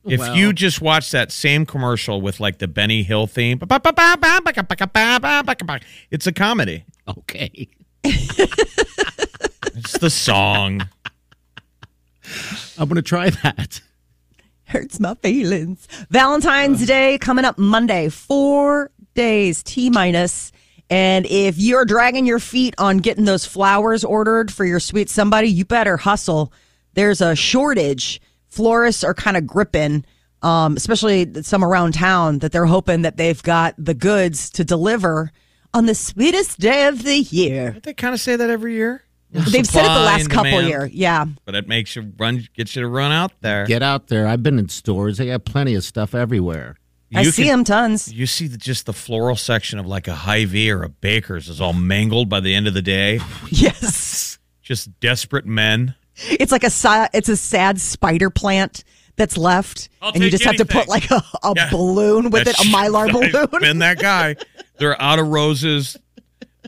Speaker 5: If
Speaker 4: Wow.
Speaker 5: you just watch that same commercial with like the Benny Hill theme, it's a comedy.
Speaker 4: okay.
Speaker 5: It's the song.
Speaker 4: I'm gonna try that.
Speaker 6: hurts my feelings. Valentine's Day coming up Monday. Four days t minus. And if you're dragging your feet on getting those flowers ordered for your sweet somebody, you better hustle. There's a shortage. Florists are kind of gripping, um, especially some around town, that they're hoping that they've got the goods to deliver on the sweetest day of the year.
Speaker 5: They kind of say that every year,
Speaker 6: They've said it the
Speaker 5: Supply
Speaker 6: last
Speaker 5: and
Speaker 6: couple
Speaker 5: demand.
Speaker 6: year. Yeah.
Speaker 5: but it makes you run, gets you to run out there.
Speaker 4: Get out there. I've been in stores. They got plenty of stuff everywhere.
Speaker 6: I
Speaker 5: You
Speaker 6: see
Speaker 5: can-
Speaker 6: them tons.
Speaker 5: You see the, just the floral section of like a Hy-Vee or a Baker's is all mangled by the end of the day.
Speaker 6: Yes.
Speaker 5: Just desperate men.
Speaker 6: It's like a si- it's a sad spider plant that's left,
Speaker 5: I'll
Speaker 6: and you
Speaker 5: take
Speaker 6: just have to put
Speaker 5: anything.
Speaker 6: like a, a
Speaker 5: Yeah.
Speaker 6: balloon with it,
Speaker 5: That's-
Speaker 6: a mylar
Speaker 5: I've
Speaker 6: balloon.
Speaker 5: Been that guy. They're out of roses.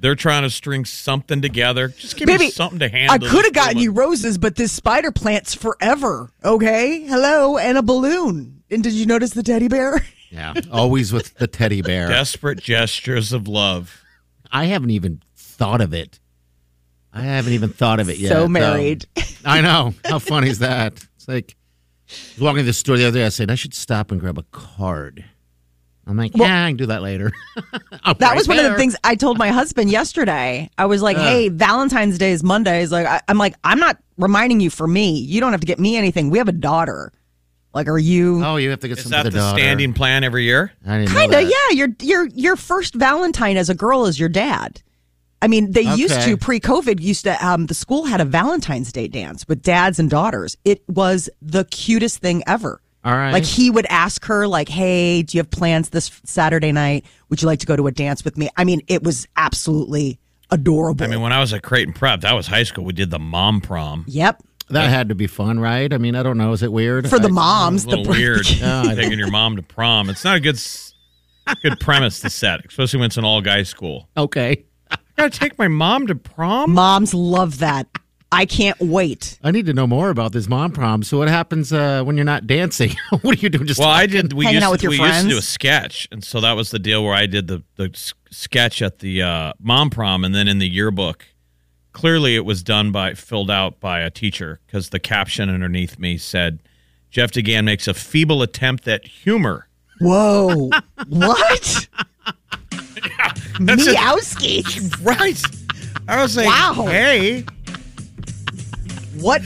Speaker 5: They're trying to string something together. Just give
Speaker 6: Baby,
Speaker 5: me something to handle.
Speaker 6: I could
Speaker 5: this
Speaker 6: have gotten
Speaker 5: woman.
Speaker 6: you roses, but this spider plant's forever. Okay, hello, and a balloon. And did you notice the teddy bear?
Speaker 4: Yeah. Always with the teddy bear.
Speaker 5: desperate gestures of love.
Speaker 4: I haven't even thought of it. I haven't even thought of it yet.
Speaker 6: So married.
Speaker 4: Um, I know. How funny is that? It's like I was walking to the store the other day. I said I should stop and grab a card I'm like,
Speaker 6: Well-
Speaker 4: yeah, I can do that later. I'll
Speaker 6: That
Speaker 4: write
Speaker 6: was one of the
Speaker 4: there.
Speaker 6: things I told my husband yesterday. I was like,
Speaker 4: Ugh.
Speaker 6: "Hey, Valentine's Day is Monday." He's like, I, "I'm like, I'm not reminding you for me. You don't have to get me anything. We have a daughter. Like, are you
Speaker 4: Oh, you have to get
Speaker 5: Is
Speaker 4: some
Speaker 5: that
Speaker 4: for
Speaker 5: the
Speaker 4: the daughter.
Speaker 5: standing plan every year?
Speaker 4: I didn't know
Speaker 6: kind
Speaker 4: that.
Speaker 6: of? Yeah, your your your first Valentine as a girl is your dad. I mean, they used
Speaker 4: Okay.
Speaker 6: to pre-COVID. Used to um, the school had a Valentine's Day dance with dads and daughters. It was the cutest thing ever.
Speaker 4: All right.
Speaker 6: Like he would ask her, like, "Hey, do you have plans this Saturday night? Would you like to go to a dance with me?" I mean, it was absolutely adorable.
Speaker 5: I mean, when I was at Creighton Prep, that was high school. We did the mom prom.
Speaker 6: yep,
Speaker 4: That had to be fun, right? I mean, I don't know. Is it weird?
Speaker 6: for the
Speaker 4: I-
Speaker 6: moms,
Speaker 5: It's a little
Speaker 6: the
Speaker 5: weird
Speaker 4: Yeah, I
Speaker 5: taking your mom to prom. It's not a good, s- good premise to set, especially when it's an all guy school.
Speaker 4: Okay.
Speaker 5: I gotta take my mom to prom.
Speaker 6: moms love that. I can't wait.
Speaker 4: I need to know more about this mom prom. So what happens uh, when you're not dancing? what do you do? Just
Speaker 5: Well, I did. We
Speaker 6: Hanging
Speaker 5: used,
Speaker 6: out
Speaker 5: to-
Speaker 6: with your
Speaker 5: we used to do a
Speaker 6: friends?
Speaker 5: sketch, and so that was the deal where I did the the s- sketch at the uh, mom prom, and then in the yearbook. Clearly, it was done by filled out by a teacher because the caption underneath me said, "Jeff DeGan makes a feeble attempt at humor."
Speaker 6: Whoa, what?
Speaker 5: That's it.
Speaker 6: Meowski.
Speaker 5: right. I was like,
Speaker 6: Wow.
Speaker 5: "Hey,
Speaker 6: What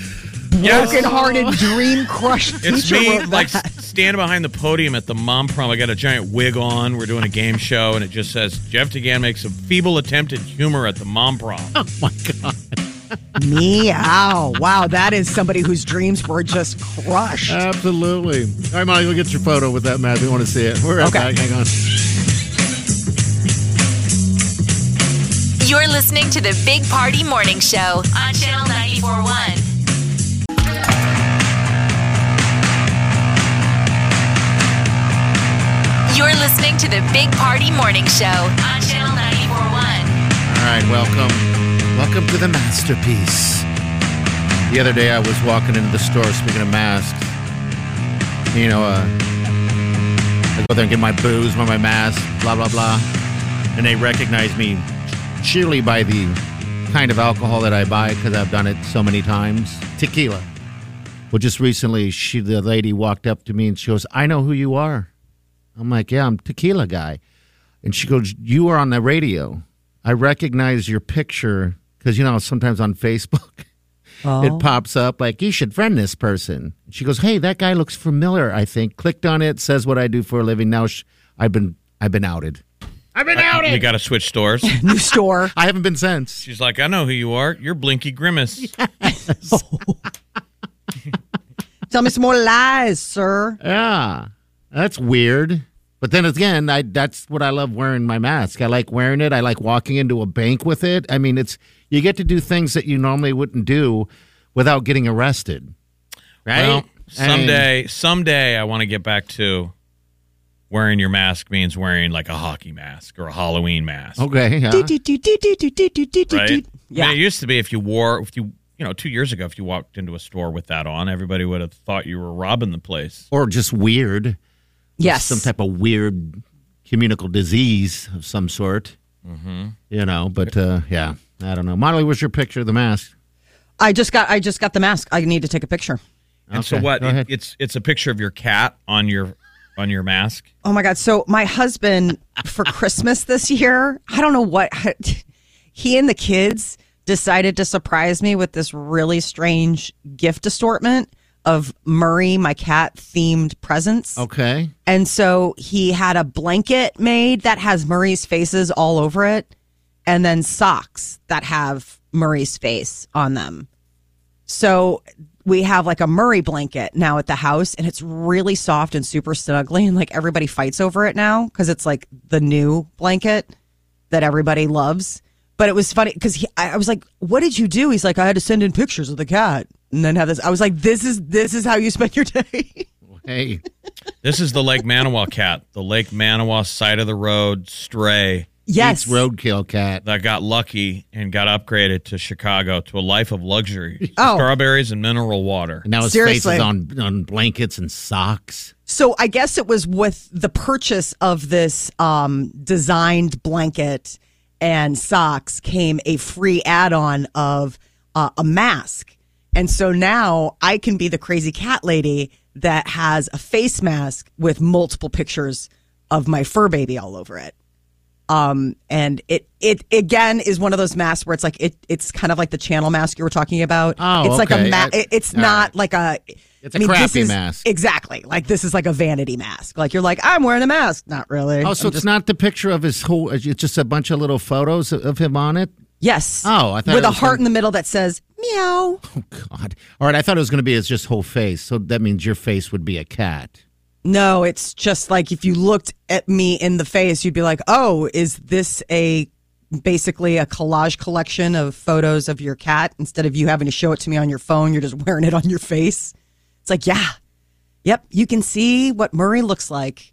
Speaker 5: Yes.
Speaker 6: broken-hearted dream crushed teacher
Speaker 5: it's me!"
Speaker 6: wrote
Speaker 5: Like
Speaker 6: that?
Speaker 5: s- standing behind the podium at the mom prom. I got a giant wig on. We're doing a game show, and it just says, "Jeff DeGan makes a feeble attempt at humor at the mom prom."
Speaker 6: meow. Wow, that is somebody whose dreams were just crushed.
Speaker 5: Uh.
Speaker 4: Absolutely. All right, Molly, go get your photo with that map. We want to see it. We're right
Speaker 6: Okay.
Speaker 4: back. Hang on.
Speaker 3: You're listening to the Big Party Morning Show on Channel 941. You're listening to the Big Party Morning Show on Channel 941.
Speaker 4: All right, welcome. Welcome to the masterpiece. The other day I was walking into the store, speaking of masks. You know, uh, I go there and get my booze, my, my mask, blah, blah, blah. And they recognize me surely by the kind of alcohol that I buy because I've done it so many times tequila. Well, just recently, she, the lady walked up to me and she goes, I know who you are. I'm like, yeah, I'm tequila guy. And she goes, You are on the radio. I recognize your picture because, you know, sometimes on Facebook it pops up like, You should friend this person. She goes, Hey, that guy looks familiar, I think. Clicked on it, says what I do for a living. Now sh- I've been I've been outed. I've been outed.
Speaker 5: You got to switch stores.
Speaker 6: New store.
Speaker 4: I haven't been since.
Speaker 5: She's like, I know who you are. You're Blinky Grimace.
Speaker 6: Tell me some more lies, sir.
Speaker 4: Yeah. That's weird. But then again, I that's what I love wearing my mask. I like wearing it. I like walking into a bank with it. I mean, it's you get to do things that you normally wouldn't do without getting arrested. Right?
Speaker 5: Well,
Speaker 4: I mean,
Speaker 5: someday, someday, I want to get back to wearing your mask means wearing like a hockey mask or a Halloween mask.
Speaker 4: okay. yeah.
Speaker 6: Do, do, do, do, do, do, do, do, do, do,
Speaker 5: Uh-huh. Right?
Speaker 6: do.
Speaker 5: I mean,
Speaker 6: Yeah.
Speaker 5: it used to be if you wore, if you, you know, two years ago, if you walked into a store with that on, everybody would have thought you were robbing the place.
Speaker 4: Or just weird.
Speaker 6: Yes.
Speaker 4: Some type of weird communicable disease of some sort. Mm-hmm. You know, but uh, yeah, I don't know. Molly, where's your picture of the mask?
Speaker 6: I just got I just got the mask. I need to take a picture.
Speaker 5: And so
Speaker 4: Okay,
Speaker 5: what?
Speaker 4: go ahead.
Speaker 5: It, it's it's a picture of your cat on your on your mask.
Speaker 6: Oh my God. So, my husband for Christmas this year, I don't know what, he and the kids decided to surprise me with this really strange gift assortment of Murray, my cat, themed presents.
Speaker 4: Okay.
Speaker 6: And so, he had a blanket made that has Murray's faces all over it, and then socks that have Murray's face on them. So we have like a Murray blanket now at the house, and it's really soft and super snuggly, and like everybody fights over it now because it's like the new blanket that everybody loves. But it was funny because I I was like, "What did you do?" He's like, "I had to send in pictures of the cat and then have this." I was like, "This is this is how you spend your day."
Speaker 4: Hey.
Speaker 5: This is the Lake Manawa cat, the Lake Manawa side of the road stray.
Speaker 6: yes,
Speaker 4: It's roadkill cat.
Speaker 5: that got lucky and got upgraded to Chicago to a life of luxury.
Speaker 6: Oh.
Speaker 5: Strawberries and mineral water.
Speaker 4: And now his face
Speaker 6: Seriously.
Speaker 4: is on on blankets and socks.
Speaker 6: So I guess it was with the purchase of this um, designed blanket and socks came a free add-on of uh, a mask, and so now I can be the crazy cat lady that has a face mask with multiple pictures of my fur baby all over it. Um, and it it again is one of those masks where it's like it it's kind of like the channel mask you were talking about.
Speaker 4: Oh,
Speaker 6: it's like a
Speaker 4: okay.
Speaker 6: ma-
Speaker 4: I-
Speaker 6: it- it's
Speaker 4: all
Speaker 6: not like a.
Speaker 4: It's a
Speaker 6: this
Speaker 4: crappy
Speaker 6: is-
Speaker 4: mask.
Speaker 6: Exactly. Like this is like a vanity mask. Like you're like I'm wearing a mask. Not really.
Speaker 4: Oh, so
Speaker 6: I'm
Speaker 4: it's
Speaker 6: just-
Speaker 4: not the picture of his whole. It's just a bunch of little photos of him on it.
Speaker 6: Yes.
Speaker 4: Oh, I thought
Speaker 6: with
Speaker 4: it
Speaker 6: a
Speaker 4: was
Speaker 6: heart
Speaker 4: gonna-
Speaker 6: in the middle that says
Speaker 4: Oh,
Speaker 6: meow.
Speaker 4: God. All right, I thought it was going to be his just whole face. So that means your face would be a cat.
Speaker 6: No, it's just like if you looked at me in the face, you'd be like, "Oh, is this a basically a collage collection of photos of your cat instead of you having to show it to me on your phone, you're just wearing it on your face?" It's like, "Yeah. Yep, you can see what Murray looks like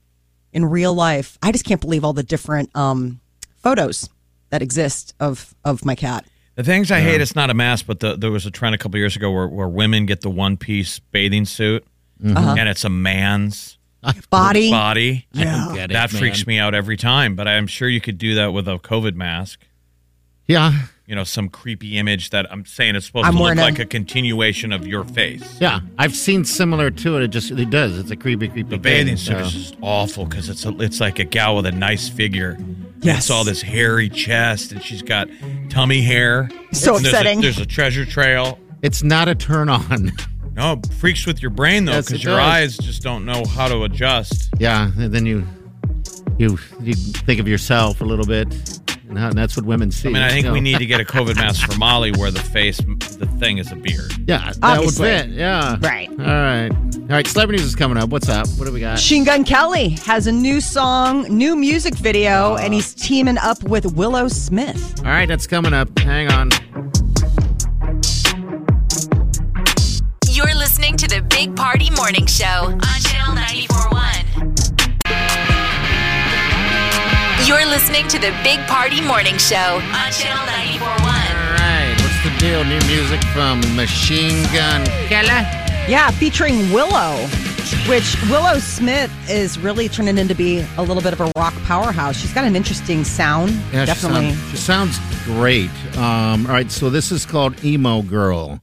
Speaker 6: in real life." I just can't believe all the different um photos that exist of of my cat.
Speaker 5: The things I hate, it's not a mask, but the, there was a trend a couple years ago where, where women get the one piece bathing suit and it's a man's
Speaker 6: Mm-hmm. Uh-huh. Body
Speaker 5: body.
Speaker 4: Yeah. Get it,
Speaker 5: that freaks
Speaker 4: man.
Speaker 5: me out every time, but I'm sure you could do that with a COVID mask.
Speaker 4: Yeah.
Speaker 5: You know, some creepy image that I'm saying it's supposed
Speaker 6: I'm
Speaker 5: to look
Speaker 6: wearing a-
Speaker 5: like a continuation of your face.
Speaker 4: Yeah. I've seen similar to it. It just it does. It's a creepy, creepy
Speaker 5: The
Speaker 4: thing,
Speaker 5: bathing suit
Speaker 6: uh,
Speaker 4: so.
Speaker 5: is just awful because it's a, it's like a gal with a nice figure.
Speaker 6: Yes.
Speaker 5: it's all this hairy chest, and she's got tummy hair.
Speaker 6: So
Speaker 5: And there's a-
Speaker 6: upsetting.
Speaker 5: There's a, treasure trail.
Speaker 4: It's not a turn on.
Speaker 5: No, it freaks with your brain though,
Speaker 4: Yes,
Speaker 5: because
Speaker 4: it
Speaker 5: your
Speaker 4: does.
Speaker 5: eyes just don't know how to adjust.
Speaker 4: yeah. And then you you you think of yourself a little bit, and, how, and that's what women see.
Speaker 5: I mean, I think
Speaker 4: so.
Speaker 5: we need to get a COVID mask for Molly, where the face, the thing is a beard.
Speaker 4: Yeah, that
Speaker 6: Obviously.
Speaker 4: would fit. Yeah.
Speaker 6: Right.
Speaker 4: All right. All right. Celebrities is coming up. What's up? What do we got?
Speaker 6: Machine Gun Kelly has a new song, new music video, and he's teaming up with Willow Smith.
Speaker 4: All right, that's coming up. Hang on.
Speaker 3: You're listening to the Big Party Morning Show on Channel 941. You're listening to the Big Party Morning Show on Channel 941.
Speaker 4: All right. What's the deal? New music from Machine Gun Kelly.
Speaker 6: Yeah, featuring Willow, which Willow Smith is really turning into be a little bit of a rock powerhouse. She's got an interesting sound,
Speaker 4: Yeah, she sound-
Speaker 6: definitely.
Speaker 4: She sounds, great. Um, all right, so this is called Emo Girl.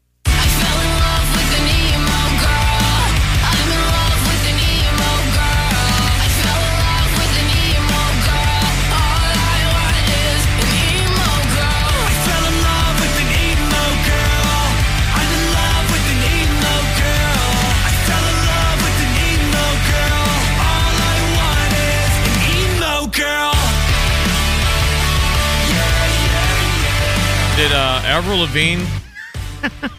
Speaker 1: Girl!
Speaker 5: Did uh, Avril Lavigne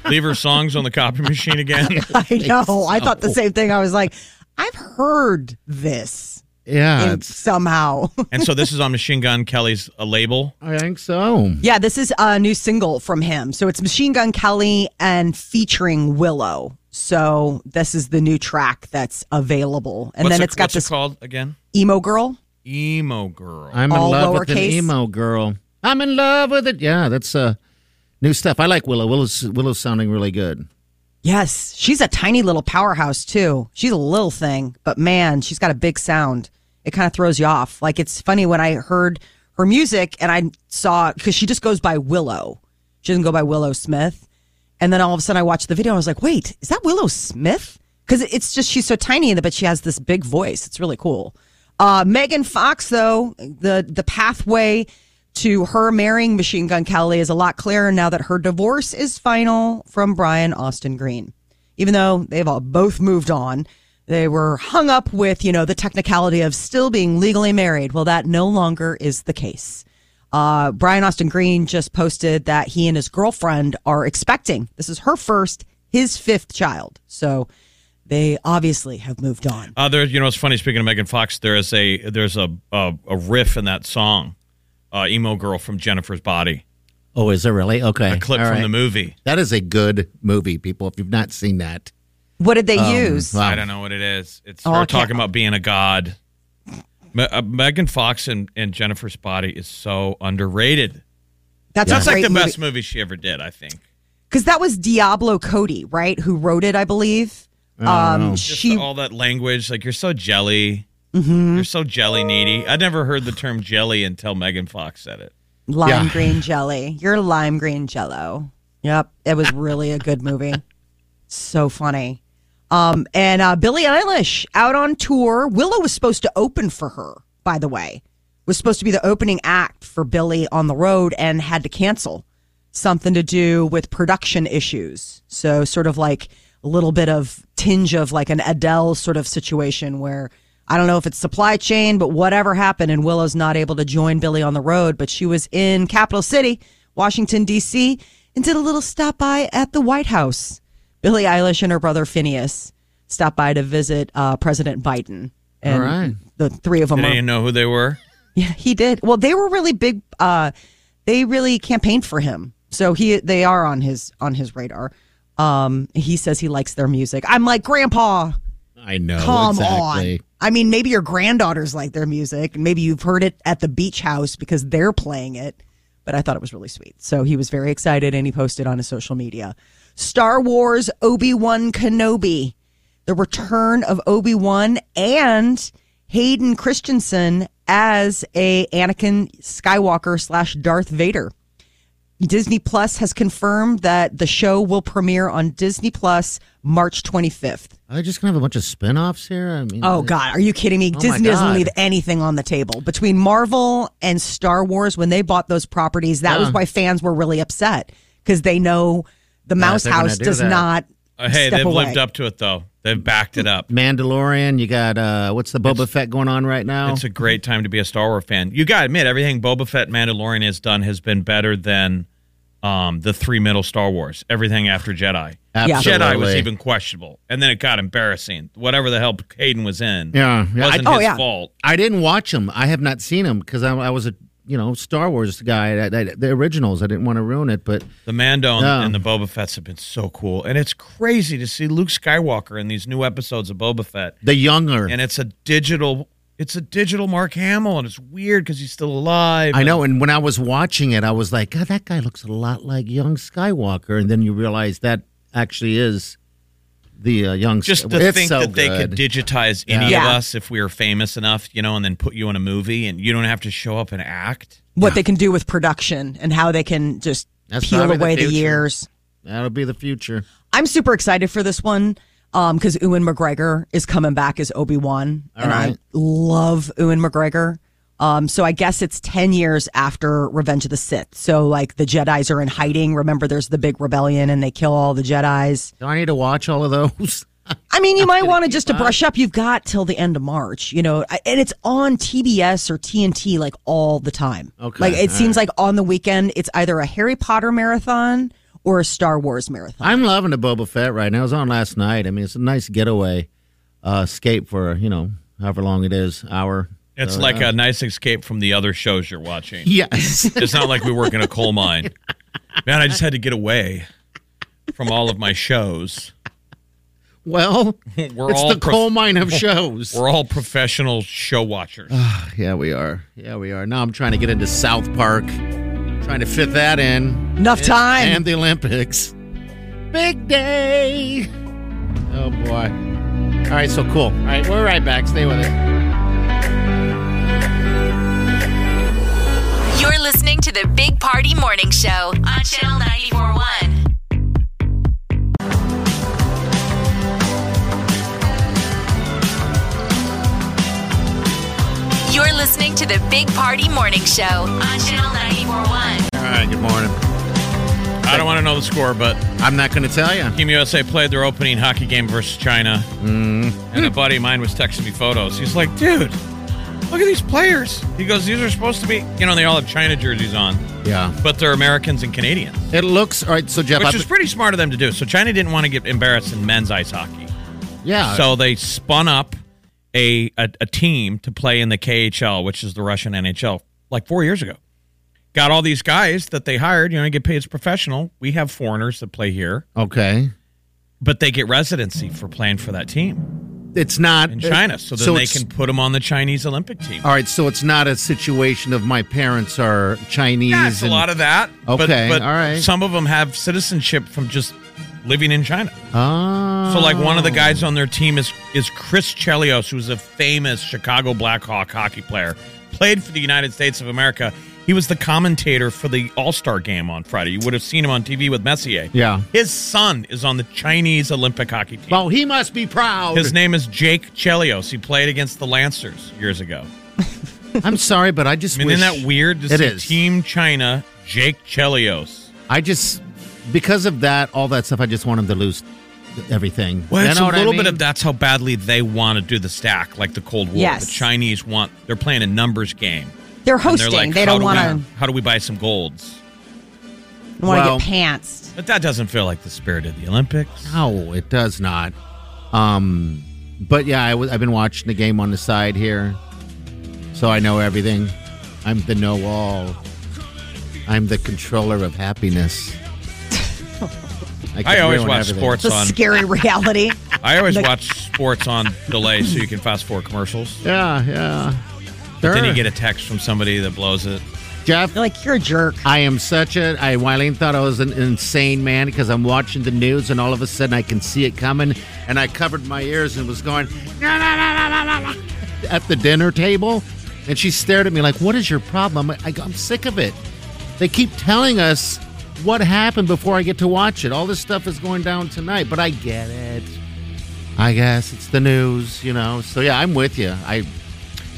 Speaker 5: leave her songs on the copy machine again?
Speaker 6: I know. I thought the same thing. I was like, I've heard this
Speaker 4: Yeah,
Speaker 6: in,
Speaker 4: Uh, it's,
Speaker 6: somehow.
Speaker 5: and so this is on Machine Gun Kelly's a label.
Speaker 4: I think so.
Speaker 6: yeah, this is a new single from him. So it's Machine Gun Kelly and featuring Willow. So this is the new track that's available. And
Speaker 5: What's
Speaker 6: then
Speaker 5: it-
Speaker 6: it's got
Speaker 5: what's it
Speaker 6: this
Speaker 5: called again.
Speaker 6: emo girl.
Speaker 5: Emo girl.
Speaker 4: I'm in
Speaker 6: All
Speaker 4: love with an
Speaker 6: lowercase?
Speaker 4: emo girl. I'm in love with it. Yeah, that's uh, new stuff. I like Willow. Willow's, Willow's sounding really good.
Speaker 6: Yes, she's a tiny little powerhouse too. She's a little thing, but man, she's got a big sound. It kind of throws you off. Like it's funny when I heard her music and I saw because she just goes by Willow. She doesn't go by Willow Smith. And then all of a sudden I watched the video. and I was like, wait, is that Willow Smith? Because it's just she's so tiny, but she has this big voice. It's really cool. Uh, Megan Fox, though, the the pathway to her marrying Machine Gun Kelly is a lot clearer now that her divorce is final from Brian Austin Green. Even though they've all both moved on, they were hung up with you know the technicality of still being legally married. Well, that no longer is the case. Uh, Brian Austin Green just posted that he and his girlfriend are expecting. This is her first, his fifth child. So they obviously have moved on.
Speaker 5: Uh, there, you know, it's funny. Speaking of Megan Fox, there is a there's a a, a riff in that song, uh, "Emo Girl" from Jennifer's Body,
Speaker 4: Oh, is it really? Okay.
Speaker 5: a clip
Speaker 4: all
Speaker 5: from
Speaker 4: right.
Speaker 5: the movie.
Speaker 4: That is a good movie, people. If you've not seen that,
Speaker 6: What did they use?
Speaker 4: wow.
Speaker 5: I don't know what it is. It's
Speaker 6: Oh, I
Speaker 5: her
Speaker 6: can't-
Speaker 5: talking about being a god. Me- uh, Megan Fox and, and Jennifer's Body is so underrated.
Speaker 6: That's
Speaker 5: That's
Speaker 6: a
Speaker 5: like
Speaker 6: great
Speaker 5: the
Speaker 6: movie.
Speaker 5: best movie she ever did, I think.
Speaker 6: Because that was Diablo Cody, right? Who wrote it, I believe. um,
Speaker 5: Just
Speaker 6: she Mm-hmm.
Speaker 5: all that language, like you're so jelly. You're so jelly needy. I never heard the term jelly until Megan Fox said it.
Speaker 6: lime
Speaker 4: Yeah.
Speaker 6: green jelly. You're lime green jello. Yep, it was really a good movie. So funny. Um, and uh, Billie Eilish out on tour. Willow was supposed to open for her by the way, was supposed to be the opening act for Billy on the Road and had to cancel. Something to do with production issues. So, sort of like a little bit of tinge of like an Adele sort of situation where I don't know if it's supply chain, but whatever happened, and Willow's not able to join Billy on the Road, but she was in Capital City, Washington, D.C., and did a little stop by at the White House. Billie Eilish and her brother Phineas stopped by to visit uh, President Biden. And
Speaker 5: All right.
Speaker 6: The three of them
Speaker 5: Did
Speaker 6: are
Speaker 5: they know who they were?
Speaker 6: yeah, he did. Well, they were really big. Uh, they really campaigned for him, so he they are on his on his radar. Um, he says he likes their music. I'm like, Grandpa,
Speaker 4: I know.
Speaker 6: come
Speaker 4: exactly.
Speaker 6: on. I mean, maybe your granddaughters like their music, and maybe you've heard it at the beach house because they're playing it. But I thought it was really sweet, so he was very excited, and he posted on his social media. Star Wars Obi Wan Kenobi the return of Obi Wan and Hayden Christensen as a Anakin Skywalker slash Darth Vader. Disney Plus has confirmed that the show will premiere on Disney Plus March 25th.
Speaker 4: Are they just gonna have a bunch of spin-offs here? I mean,
Speaker 6: Oh God, are you kidding me?
Speaker 4: my
Speaker 6: Disney doesn't
Speaker 4: God.
Speaker 6: leave anything on the table. Between Marvel and Star Wars, when they bought those properties, that was
Speaker 4: Yeah.
Speaker 6: why fans were really upset because they know the Mouse
Speaker 4: they're gonna
Speaker 6: House
Speaker 4: do
Speaker 6: does
Speaker 4: that.
Speaker 6: not.
Speaker 5: Uh, hey,
Speaker 6: step
Speaker 5: they've
Speaker 6: away.
Speaker 5: lived up to it though. They've backed it up.
Speaker 4: Mandalorian. You got uh, what's the Boba Fett going on right now?
Speaker 5: It's a great time to be a Star Wars fan. You gotta admit, everything Boba Fett Mandalorian has done has been better than um, the three middle Star Wars. Everything after Jedi.
Speaker 4: Absolutely.
Speaker 5: Jedi was even questionable, and then it got embarrassing. Whatever the hell Hayden was in,
Speaker 4: Yeah, yeah.
Speaker 5: wasn't
Speaker 6: I- oh,
Speaker 5: his
Speaker 6: yeah.
Speaker 5: fault.
Speaker 4: I didn't watch them. I have not seen them because I, I was a you know Star Wars guy. I, I, the originals. I didn't want to ruin it, but
Speaker 5: The Mando and-
Speaker 4: No.
Speaker 5: and the Boba Fett's have been so cool, and it's crazy to see Luke Skywalker in these new episodes of Boba Fett.
Speaker 4: the younger.
Speaker 5: And it's a digital, it's a digital Mark Hamill, and it's weird because he's still alive.
Speaker 4: I know. And when I was watching it, I was like, God, that guy looks a lot like young Skywalker. And then you realize that actually is the uh, young.
Speaker 5: just
Speaker 4: Sky-
Speaker 5: to
Speaker 4: It's
Speaker 5: think
Speaker 4: so
Speaker 5: that they
Speaker 4: good.
Speaker 5: could digitize any
Speaker 6: Yeah.
Speaker 5: of us if we were famous enough, you know, and then put you in a movie and you don't have to show up and act.
Speaker 6: what they can do with production and how they can just
Speaker 4: That's
Speaker 6: peel
Speaker 4: probably the
Speaker 6: away the,
Speaker 4: future.
Speaker 6: years.
Speaker 4: That'll be the future.
Speaker 6: I'm super excited for this one because Ewan McGregor is coming back as Obi Wan, and I
Speaker 4: right.
Speaker 6: love Ewan McGregor. Um, so I guess it's ten years after Revenge of the Sith. So like the Jedi's are in hiding. Remember, there's the big rebellion, and they kill all the Jedi's.
Speaker 4: Do I need to watch all of those?
Speaker 6: I mean, you might want to just to brush up. You've got till the end of March, you know, I- and it's on TBS or TNT like all the time.
Speaker 4: Okay,
Speaker 6: like it
Speaker 4: all
Speaker 6: seems like on the weekend, it's either a Harry Potter marathon or a Star Wars marathon.
Speaker 4: I'm loving the Boba Fett right now. It was on last night. I mean, it's a nice getaway uh, escape for you know however long it is, hour.
Speaker 5: It's
Speaker 4: Oh,
Speaker 5: like a nice escape from the other shows you're watching.
Speaker 4: Yes.
Speaker 5: It's not like we work in a coal mine. Man, I just had to get away from all of my shows.
Speaker 4: well,
Speaker 5: We're
Speaker 4: it's
Speaker 5: all
Speaker 4: the
Speaker 5: prof-
Speaker 4: coal mine of shows.
Speaker 5: We're all professional show watchers.
Speaker 4: yeah, we are. Yeah, we are. Now I'm trying to get into South Park, trying to fit that in.
Speaker 6: Enough time.
Speaker 4: and the Olympics. Big day. Oh boy. All right, so cool. All right, we're right back. Stay with it.
Speaker 3: You're listening to the Big Party Morning Show on Channel 941. You're listening to the Big Party Morning Show on Channel 941.
Speaker 4: All right, good morning.
Speaker 5: I don't want to know the score, but
Speaker 4: I'm not going to tell you.
Speaker 5: Team USA played their opening hockey game versus China. And a buddy of mine was texting me photos. He's like, dude, look at these players. He goes, these are supposed to be, you know, they all have China jerseys on,
Speaker 4: Yeah.
Speaker 5: but they're Americans and Canadians,
Speaker 4: It looks all right. So Jeff,
Speaker 5: which
Speaker 4: I-
Speaker 5: is pretty smart of them to do. So China didn't want to get embarrassed in men's ice hockey.
Speaker 4: yeah.
Speaker 5: So they spun up a, a a team to play in the KHL, which is the Russian NHL, like four years ago. Got all these guys that they hired. You know, they get paid as professional. We have foreigners that play here,
Speaker 4: okay,
Speaker 5: but they get residency for playing for that team
Speaker 4: it's not
Speaker 5: in China. So then they
Speaker 4: it's-
Speaker 5: can put them on the Chinese Olympic team.
Speaker 4: All right, so it's not a situation of my parents are Chinese.
Speaker 5: Yeah, it's a
Speaker 4: and-
Speaker 5: lot of that.
Speaker 4: Okay,
Speaker 5: but, but
Speaker 4: all right.
Speaker 5: Some of them have citizenship from just living in China.
Speaker 4: Oh.
Speaker 5: So like one of the guys on their team is is Chris Chelios, who's a famous Chicago Blackhawk hockey player, played for the United States of America. He was the commentator for the All Star game on Friday. You would have seen him on TV with Messier.
Speaker 4: Yeah.
Speaker 5: his son is on the Chinese Olympic hockey team.
Speaker 4: Well, he must be proud.
Speaker 5: His name is Jake Chelios. He played against the Lancers years ago.
Speaker 4: I'm sorry, but I just
Speaker 5: I mean,
Speaker 4: wish
Speaker 5: isn't that weird? To
Speaker 4: It
Speaker 5: see
Speaker 4: is.
Speaker 5: Team China, Jake Chelios.
Speaker 4: I just because of that, all that stuff. I just want him to lose everything.
Speaker 5: Well,
Speaker 4: You
Speaker 5: it's a
Speaker 4: know what I
Speaker 5: little
Speaker 4: mean?
Speaker 5: bit of that's how badly they want to do the stack, like the Cold War.
Speaker 6: Yes.
Speaker 5: The Chinese want they're playing a numbers game.
Speaker 6: They're
Speaker 5: And
Speaker 6: hosting.
Speaker 5: like,
Speaker 6: they
Speaker 5: how
Speaker 6: don't
Speaker 5: do
Speaker 6: want
Speaker 5: we-
Speaker 6: to
Speaker 5: How do we buy some golds?
Speaker 6: want to
Speaker 4: Well-
Speaker 6: get pantsed.
Speaker 5: But that doesn't feel like the spirit of the Olympics.
Speaker 4: No, it does not. Um, but yeah, I w- I've been watching the game on the side here, so I know everything. I'm the know all. I'm the controller of happiness.
Speaker 5: I
Speaker 4: could
Speaker 5: always
Speaker 4: ruin
Speaker 5: watch
Speaker 4: everything.
Speaker 5: sports
Speaker 6: It's a
Speaker 5: on.
Speaker 6: scary reality.
Speaker 5: I always watch sports on delay so you can fast forward commercials.
Speaker 4: Yeah, yeah.
Speaker 5: But then you
Speaker 4: Sure.
Speaker 5: get a text from somebody that blows it.
Speaker 4: Jeff.
Speaker 6: You're like, you're a jerk.
Speaker 4: I am such a. I Wileen thought I was an insane man because I'm watching the news and all of a sudden I can see it coming and I covered my ears and was going "Na, na, na, na, na, na, na," at the dinner table, and she stared at me like, "What is your problem?" I'm, like, I'm sick of it. They keep telling us what happened before I get to watch it. All this stuff is going down tonight, but I get it. I guess it's the news, you know. So yeah, I'm with you. I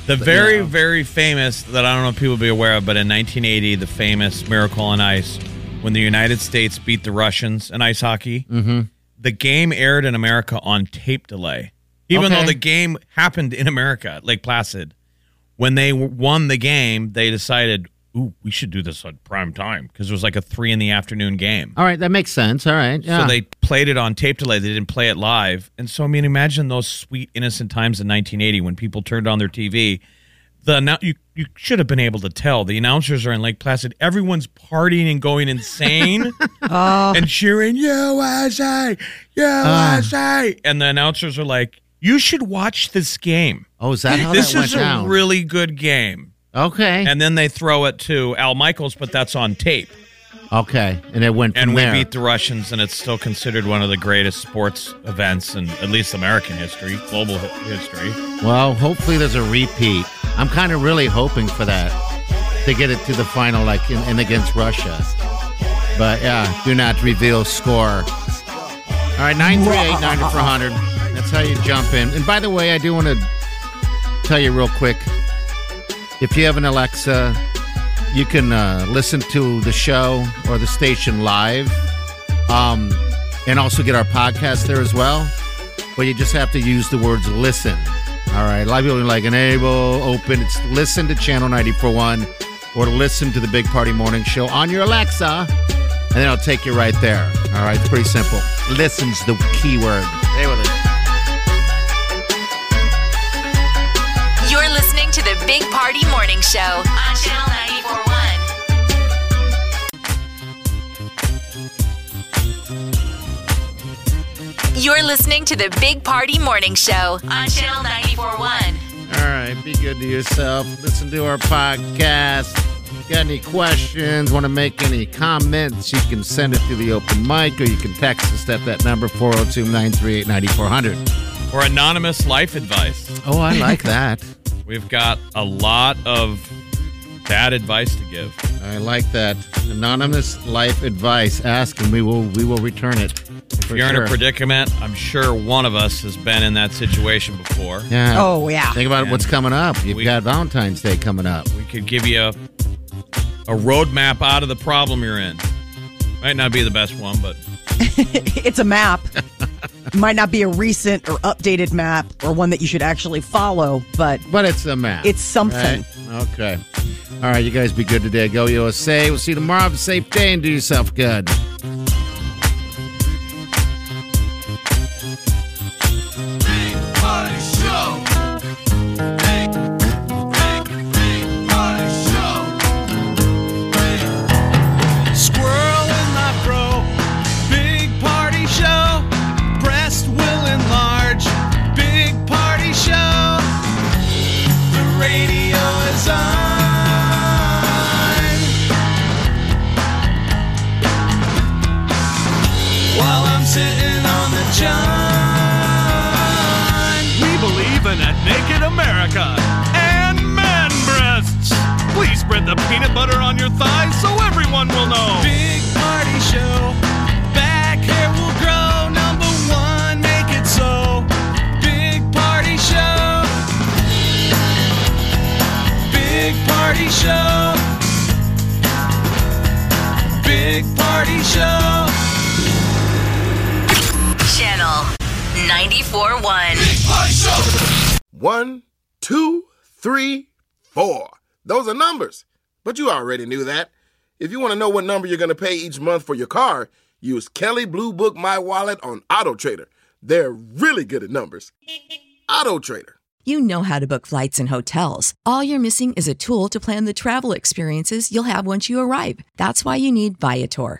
Speaker 5: The very,
Speaker 4: yeah.
Speaker 5: very famous that I don't know if people will be aware of, but in 1980, the famous Miracle on Ice, when the United States beat the Russians in ice hockey,
Speaker 4: Mm-hmm.
Speaker 5: the game aired in America on tape delay, even
Speaker 4: Okay.
Speaker 5: though the game happened in America, Lake Placid. When they w- won the game, they decided, "Ooh, we should do this on prime time" because it was like a three in the afternoon game.
Speaker 4: all right. That makes sense. All right. Yeah.
Speaker 5: So they played it on tape delay. They didn't play it live. And so, I mean, imagine those sweet, innocent times in 1980 when people turned on their TV. The now you you should have been able to tell the announcers are in Lake Placid. Everyone's partying and going insane
Speaker 4: Oh.
Speaker 5: and cheering USA, USA,
Speaker 4: Ah.
Speaker 5: and the announcers are like, "You should watch this game.
Speaker 4: oh, is that how
Speaker 5: this
Speaker 4: that went
Speaker 5: is a
Speaker 4: down?
Speaker 5: really good game."
Speaker 4: okay.
Speaker 5: And then they throw it to Al Michaels, but that's on tape.
Speaker 4: Okay, and it went from
Speaker 5: and we
Speaker 4: there.
Speaker 5: beat the Russians, and it's still considered one of the greatest sports events in at least American history, global hi- history.
Speaker 4: well, hopefully there's a repeat. I'm kind of really hoping for that to get it to the final, like in, in against Russia. But yeah, do not reveal score. All right, nine three eight nine four hundred. That's how you jump in. And by the way, I do want to tell you real quick. If you have an Alexa, you can uh, listen to the show or the station live, um, and also get our podcast there as well. but you just have to use the words listen. All right. A lot of people are like enable, open. It's listen to Channel 941 or listen to the Big Party Morning Show on your Alexa, and then it'll take you right there. All right. It's pretty simple. Listen's the keyword. Stay with it.
Speaker 3: You're listening to the Big Party Morning Show on Channel 941. You're listening to the Big Party Morning Show on Channel 941.
Speaker 4: All right, be good to yourself. Listen to our podcast. Got any questions? Want to make any comments? You can send it to the open mic or you can text us at that number 402 938 9400.
Speaker 5: Or anonymous life advice.
Speaker 4: Oh, I like that.
Speaker 5: We've got a lot of bad advice to give.
Speaker 4: I like that anonymous life advice. Ask and we will we will return it.
Speaker 5: If you're in a predicament, I'm sure one of us has been in that situation before.
Speaker 4: yeah.
Speaker 6: Oh, yeah.
Speaker 4: Think about what's coming up. You've
Speaker 5: we-
Speaker 4: got Valentine's Day coming up.
Speaker 5: We could give you a, a roadmap out of the problem you're in. Might not be the best one, but
Speaker 6: it's a map. Might not be a recent or updated map or one that you should actually follow, but
Speaker 4: But it's a map.
Speaker 6: It's something.
Speaker 4: right? Okay. All right, you guys be good today. Go USA. We'll see you tomorrow. Have a safe day and do yourself good.
Speaker 1: Big Party Show. Big, big, big Party Show. Big. Squirrel in my fro. Big Party Show. Breast will enlarge. Big Party Show. The radio is on. While I'm sitting on the john.
Speaker 2: We believe in a naked America and man breasts. Please spread the peanut butter on your thighs so everyone will know.
Speaker 1: Big party show. Back hair will grow. Number one, make it so. Big party show. Big
Speaker 3: 941.
Speaker 9: One, two, three, four. Those are numbers. But you already knew that. If you want to know what number you're going to pay each month for your car, use Kelly Blue Book My Wallet on Auto Trader. They're really good at numbers. Auto Trader.
Speaker 10: You know how to book flights and hotels. All you're missing is a tool to plan the travel experiences you'll have once you arrive. That's why you need Viator.